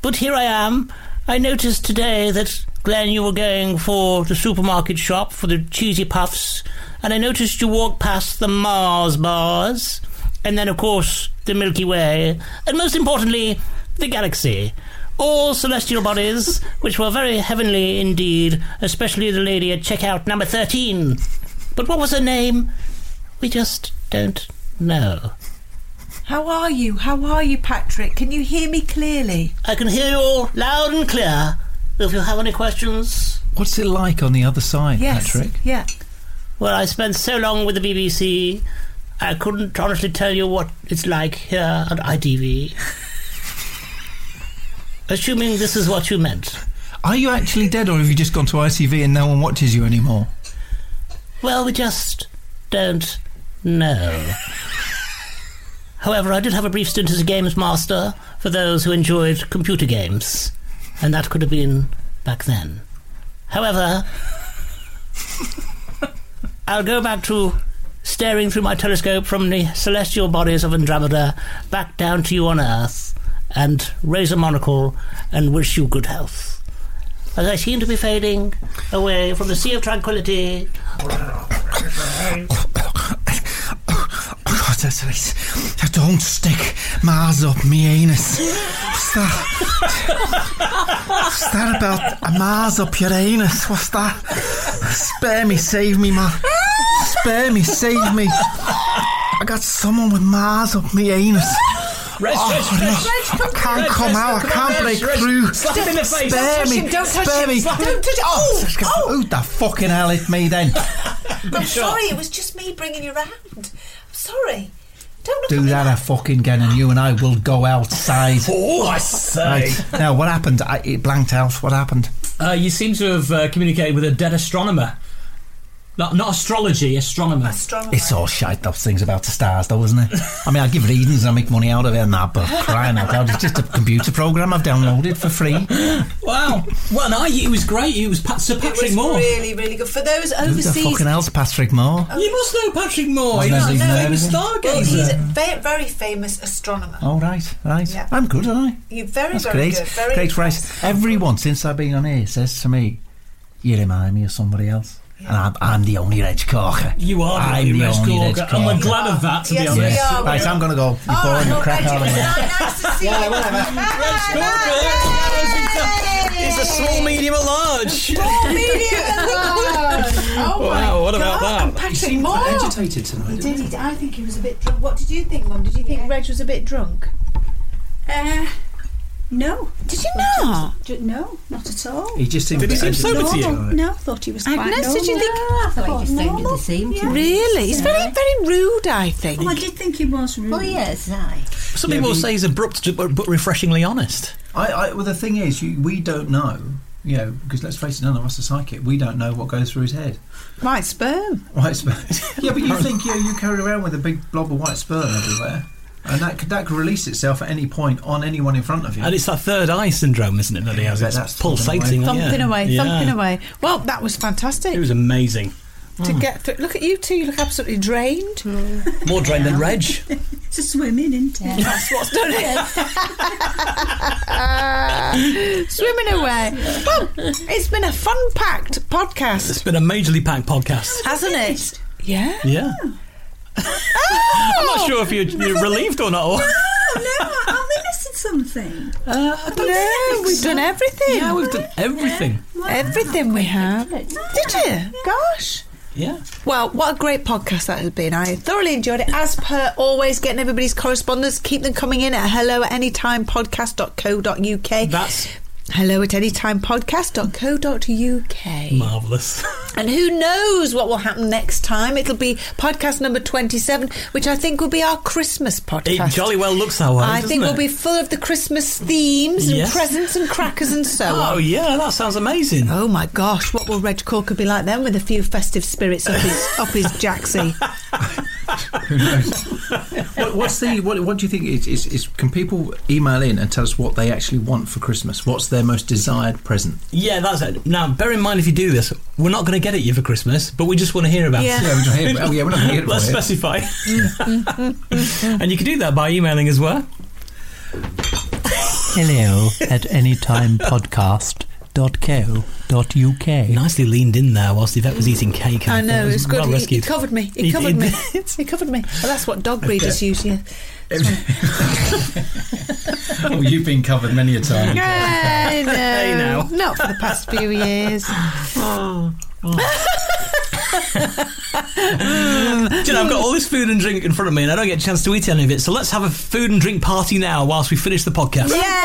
Speaker 13: But here I am. I noticed today that Glenn, you were going for the supermarket shop for the cheesy puffs, and I noticed you walked past the Mars bars, and then, of course, the Milky Way, and most importantly, the galaxy. All celestial bodies, which were very heavenly indeed, especially the lady at checkout number 13. But what was her name? We just don't know.
Speaker 2: How are you? How are you, Patrick? Can you hear me clearly?
Speaker 13: I can hear you all loud and clear. If you have any questions,
Speaker 5: What's it like on the other side,
Speaker 13: Yes.
Speaker 5: Patrick?
Speaker 2: Yeah.
Speaker 13: Well, I spent so long with the BBC, I couldn't honestly tell you what it's like here at ITV. Assuming this is what you meant.
Speaker 5: Are you actually dead, or have you just gone to ITV and no one watches you anymore?
Speaker 13: Well, we just don't know. However, I did have a brief stint as a games master for those who enjoyed computer games. and that could have been back then. However, I'll go back to staring through my telescope from the celestial bodies of Andromeda back down to you on Earth and raise a monocle and wish you good health. As I seem to be fading away from the sea of tranquility.
Speaker 5: Oh, God, that's right. I don't stick Mars up me anus. What's that? What's that about a Mars up your anus? What's that? Spare me, save me, man. Spare me, save me. I got someone with Mars up me anus.
Speaker 4: Reg,
Speaker 5: oh,
Speaker 4: Reg,
Speaker 5: no.
Speaker 4: Reg, Reg,
Speaker 5: I
Speaker 4: come
Speaker 5: can't
Speaker 4: on,
Speaker 5: come
Speaker 4: Reg, Reg,
Speaker 5: out.
Speaker 4: come
Speaker 5: I can't
Speaker 4: on, Reg,
Speaker 5: break
Speaker 4: Reg.
Speaker 5: through.
Speaker 4: Slap him in the
Speaker 5: Spare
Speaker 4: face. Don't touch
Speaker 5: me.
Speaker 4: him, don't touch
Speaker 5: spare
Speaker 4: him,
Speaker 5: me.
Speaker 4: slap him. Don't touch him. Oh,
Speaker 5: Who the fucking hell hit me then?
Speaker 17: I'm sorry, it was just me bringing you round. I'm sorry.
Speaker 5: Do that a fucking again, and you and I will go outside.
Speaker 3: Oh, I say.
Speaker 5: Now, what happened? I, it blanked out. What happened?
Speaker 3: Uh, you seem to have uh, communicated with a dead astronomer. Not, not astrology, astronomer.
Speaker 5: It's all shite, those things about the stars, though, isn't it? I mean, I give readings and I make money out of it and that, but crying out loud, it's just a computer program I've downloaded for free.
Speaker 3: Wow. Well, no, it was great. It was Pat, Sir
Speaker 17: It
Speaker 3: Patrick
Speaker 17: was
Speaker 3: Moore.
Speaker 17: really, really good. For those
Speaker 5: Who the
Speaker 17: overseas.
Speaker 5: fucking hell's Patrick Moore?
Speaker 3: You must know Patrick Moore.
Speaker 5: I've
Speaker 3: He
Speaker 5: never
Speaker 3: was,
Speaker 5: even
Speaker 3: no,
Speaker 5: heard
Speaker 3: he
Speaker 5: of
Speaker 3: was
Speaker 5: him.
Speaker 17: Well,
Speaker 3: Stargazer.
Speaker 17: he's a very, very famous astronomer.
Speaker 5: Oh, right, right.
Speaker 17: Yeah.
Speaker 5: I'm good, aren't I?
Speaker 17: You're very,
Speaker 5: That's
Speaker 17: very
Speaker 5: great.
Speaker 17: good. Very
Speaker 5: great, right. Everyone since I've been on here says to me, "You remind me of somebody else," and I'm, I'm the only Reg Corker.
Speaker 3: You are the
Speaker 5: I'm
Speaker 3: only Reg
Speaker 5: Reg
Speaker 3: Corker, and we're glad of that, to be Yes, we honest. are.
Speaker 5: Right, I'm going to go. You're
Speaker 3: Oh,
Speaker 5: boring the crap out of me.
Speaker 4: Yeah, whatever.
Speaker 18: It's a small, medium, at large.
Speaker 4: Small, medium,
Speaker 17: and large.
Speaker 4: Oh my
Speaker 18: Wow, what about that?
Speaker 4: God,
Speaker 17: Patrick
Speaker 4: You seem
Speaker 17: Moore.
Speaker 4: quite agitated tonight.
Speaker 17: He
Speaker 4: didn't
Speaker 17: did, he did. I think he was a bit drunk. What did you think, Mum? Did you think Reg was a bit drunk?
Speaker 2: Uh, no. Did you
Speaker 6: not?
Speaker 2: no, not at all.
Speaker 5: He just seemed
Speaker 2: Did
Speaker 5: Did he seem sober to you?
Speaker 2: No, no, I thought he was quite
Speaker 6: Agnes,
Speaker 2: normal.
Speaker 6: did you think?
Speaker 2: I thought he just
Speaker 6: normal.
Speaker 2: the same
Speaker 6: Yeah. Really? He's very, very rude, I think.
Speaker 2: Oh, I did think he was rude.
Speaker 6: Well, yes,
Speaker 2: I.
Speaker 18: Some people say he's abrupt but but refreshingly honest.
Speaker 5: I, I, well, the thing is, you, we don't know. You know, because let's face it, none of us are psychic. We don't know what goes through his head.
Speaker 2: White sperm.
Speaker 5: White sperm. yeah, but you think you, you carry around with a big blob of white sperm everywhere, and that could, that could release itself at any point on anyone in front of you.
Speaker 18: And it's that third eye syndrome, isn't it, that he has?
Speaker 5: Yeah,
Speaker 18: It's
Speaker 5: that's
Speaker 18: pulsating.
Speaker 5: thumping
Speaker 18: yeah.
Speaker 2: Thumping away, thumping
Speaker 18: Yeah.
Speaker 2: away. Well, that was fantastic.
Speaker 18: It was amazing.
Speaker 2: to
Speaker 18: Hmm.
Speaker 2: get through. Look at you two, you look absolutely drained.
Speaker 17: Hmm.
Speaker 18: More drained than Reg.
Speaker 2: It's a swimming, isn't it? That's what's done it. swimming away. Well, it's been a fun packed podcast,
Speaker 3: It's been a majorly packed podcast.
Speaker 2: hasn't it? Yeah.
Speaker 3: Yeah. I'm not sure if you're, you're relieved or not.
Speaker 2: Oh, no, are we missing something?
Speaker 3: Uh, I
Speaker 2: don't no, we've done everything.
Speaker 3: Yeah, we've done everything.
Speaker 2: Everything we have. Did you? Gosh.
Speaker 3: Yeah.
Speaker 2: Well, what a great podcast that has been. I thoroughly enjoyed it. As per always, getting everybody's correspondence, keep them coming in at hello at anytimepodcast.co.uk.
Speaker 3: That's
Speaker 2: hello at anytimepodcast.co.uk.
Speaker 3: Marvellous.
Speaker 2: And who knows what will happen next time? It'll be podcast number 27, which I think will be our Christmas podcast.
Speaker 3: It jolly well looks Oh, that way.
Speaker 2: I
Speaker 3: doesn't
Speaker 2: think
Speaker 3: it?
Speaker 2: we'll be full of the Christmas themes and
Speaker 3: Yes.
Speaker 2: presents and crackers and so on.
Speaker 3: Oh, yeah, that sounds amazing.
Speaker 2: Oh my gosh, what will Reg Corker be like then with a few festive spirits up his, up his jacksie?
Speaker 5: what, what's the what, what do you think is, is, is can people email in and tell us what they actually want for Christmas? What's their most desired present?
Speaker 3: Yeah, that's it. Now, bear in mind if you do this, we're not going to get it you for Christmas, but we just want to hear about
Speaker 5: Yeah.
Speaker 3: it.
Speaker 5: Yeah, we don't hear- oh, yeah, we're not gonna hear it
Speaker 3: Let's
Speaker 5: about it.
Speaker 3: specify. and you can do that by emailing as well.
Speaker 19: Hello at anytimepodcast.co.uk.
Speaker 3: Nicely leaned in there whilst Yvette was eating cake.
Speaker 2: I know, it was good.
Speaker 3: Well
Speaker 2: He- He,
Speaker 3: rescued.
Speaker 2: covered me. He
Speaker 3: He
Speaker 2: covered
Speaker 3: did.
Speaker 2: me. He covered me. Well, that's what dog
Speaker 5: Okay.
Speaker 2: breeders use, yeah.
Speaker 5: oh, you've been covered many a time.
Speaker 2: I know.
Speaker 5: Hey, now.
Speaker 2: Not for the past few years.
Speaker 3: Do you know, I've got all this food and drink in front of me and I don't get a chance to eat any of it, so let's have a food and drink party now whilst we finish the podcast.
Speaker 4: Yay!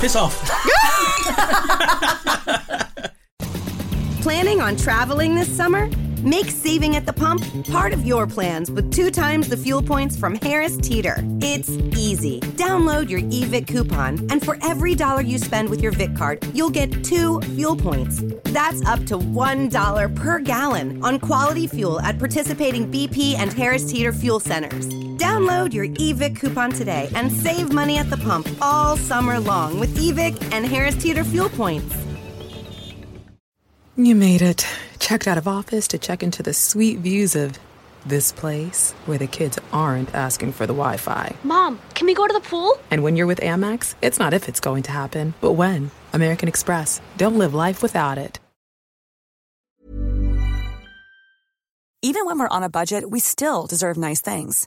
Speaker 3: Piss off.
Speaker 20: Planning on traveling this summer? Make saving at the pump part of your plans with two times the fuel points from Harris Teeter. It's easy. Download your EVIC coupon, and for every dollar you spend with your VIC card, you'll get two fuel points. That's up to $1 per gallon on quality fuel at participating BP and Harris Teeter fuel centers. Download your EVIC coupon today and save money at the pump all summer long with EVIC and Harris Teeter fuel points.
Speaker 21: You made it. Checked out of office to check into the sweet views of this place where the kids aren't asking for the Wi Fi.
Speaker 22: Mom, can we go to the pool?
Speaker 21: And when you're with Amex, it's not if it's going to happen, but when. American Express. Don't live life without it.
Speaker 23: Even when we're on a budget, we still deserve nice things.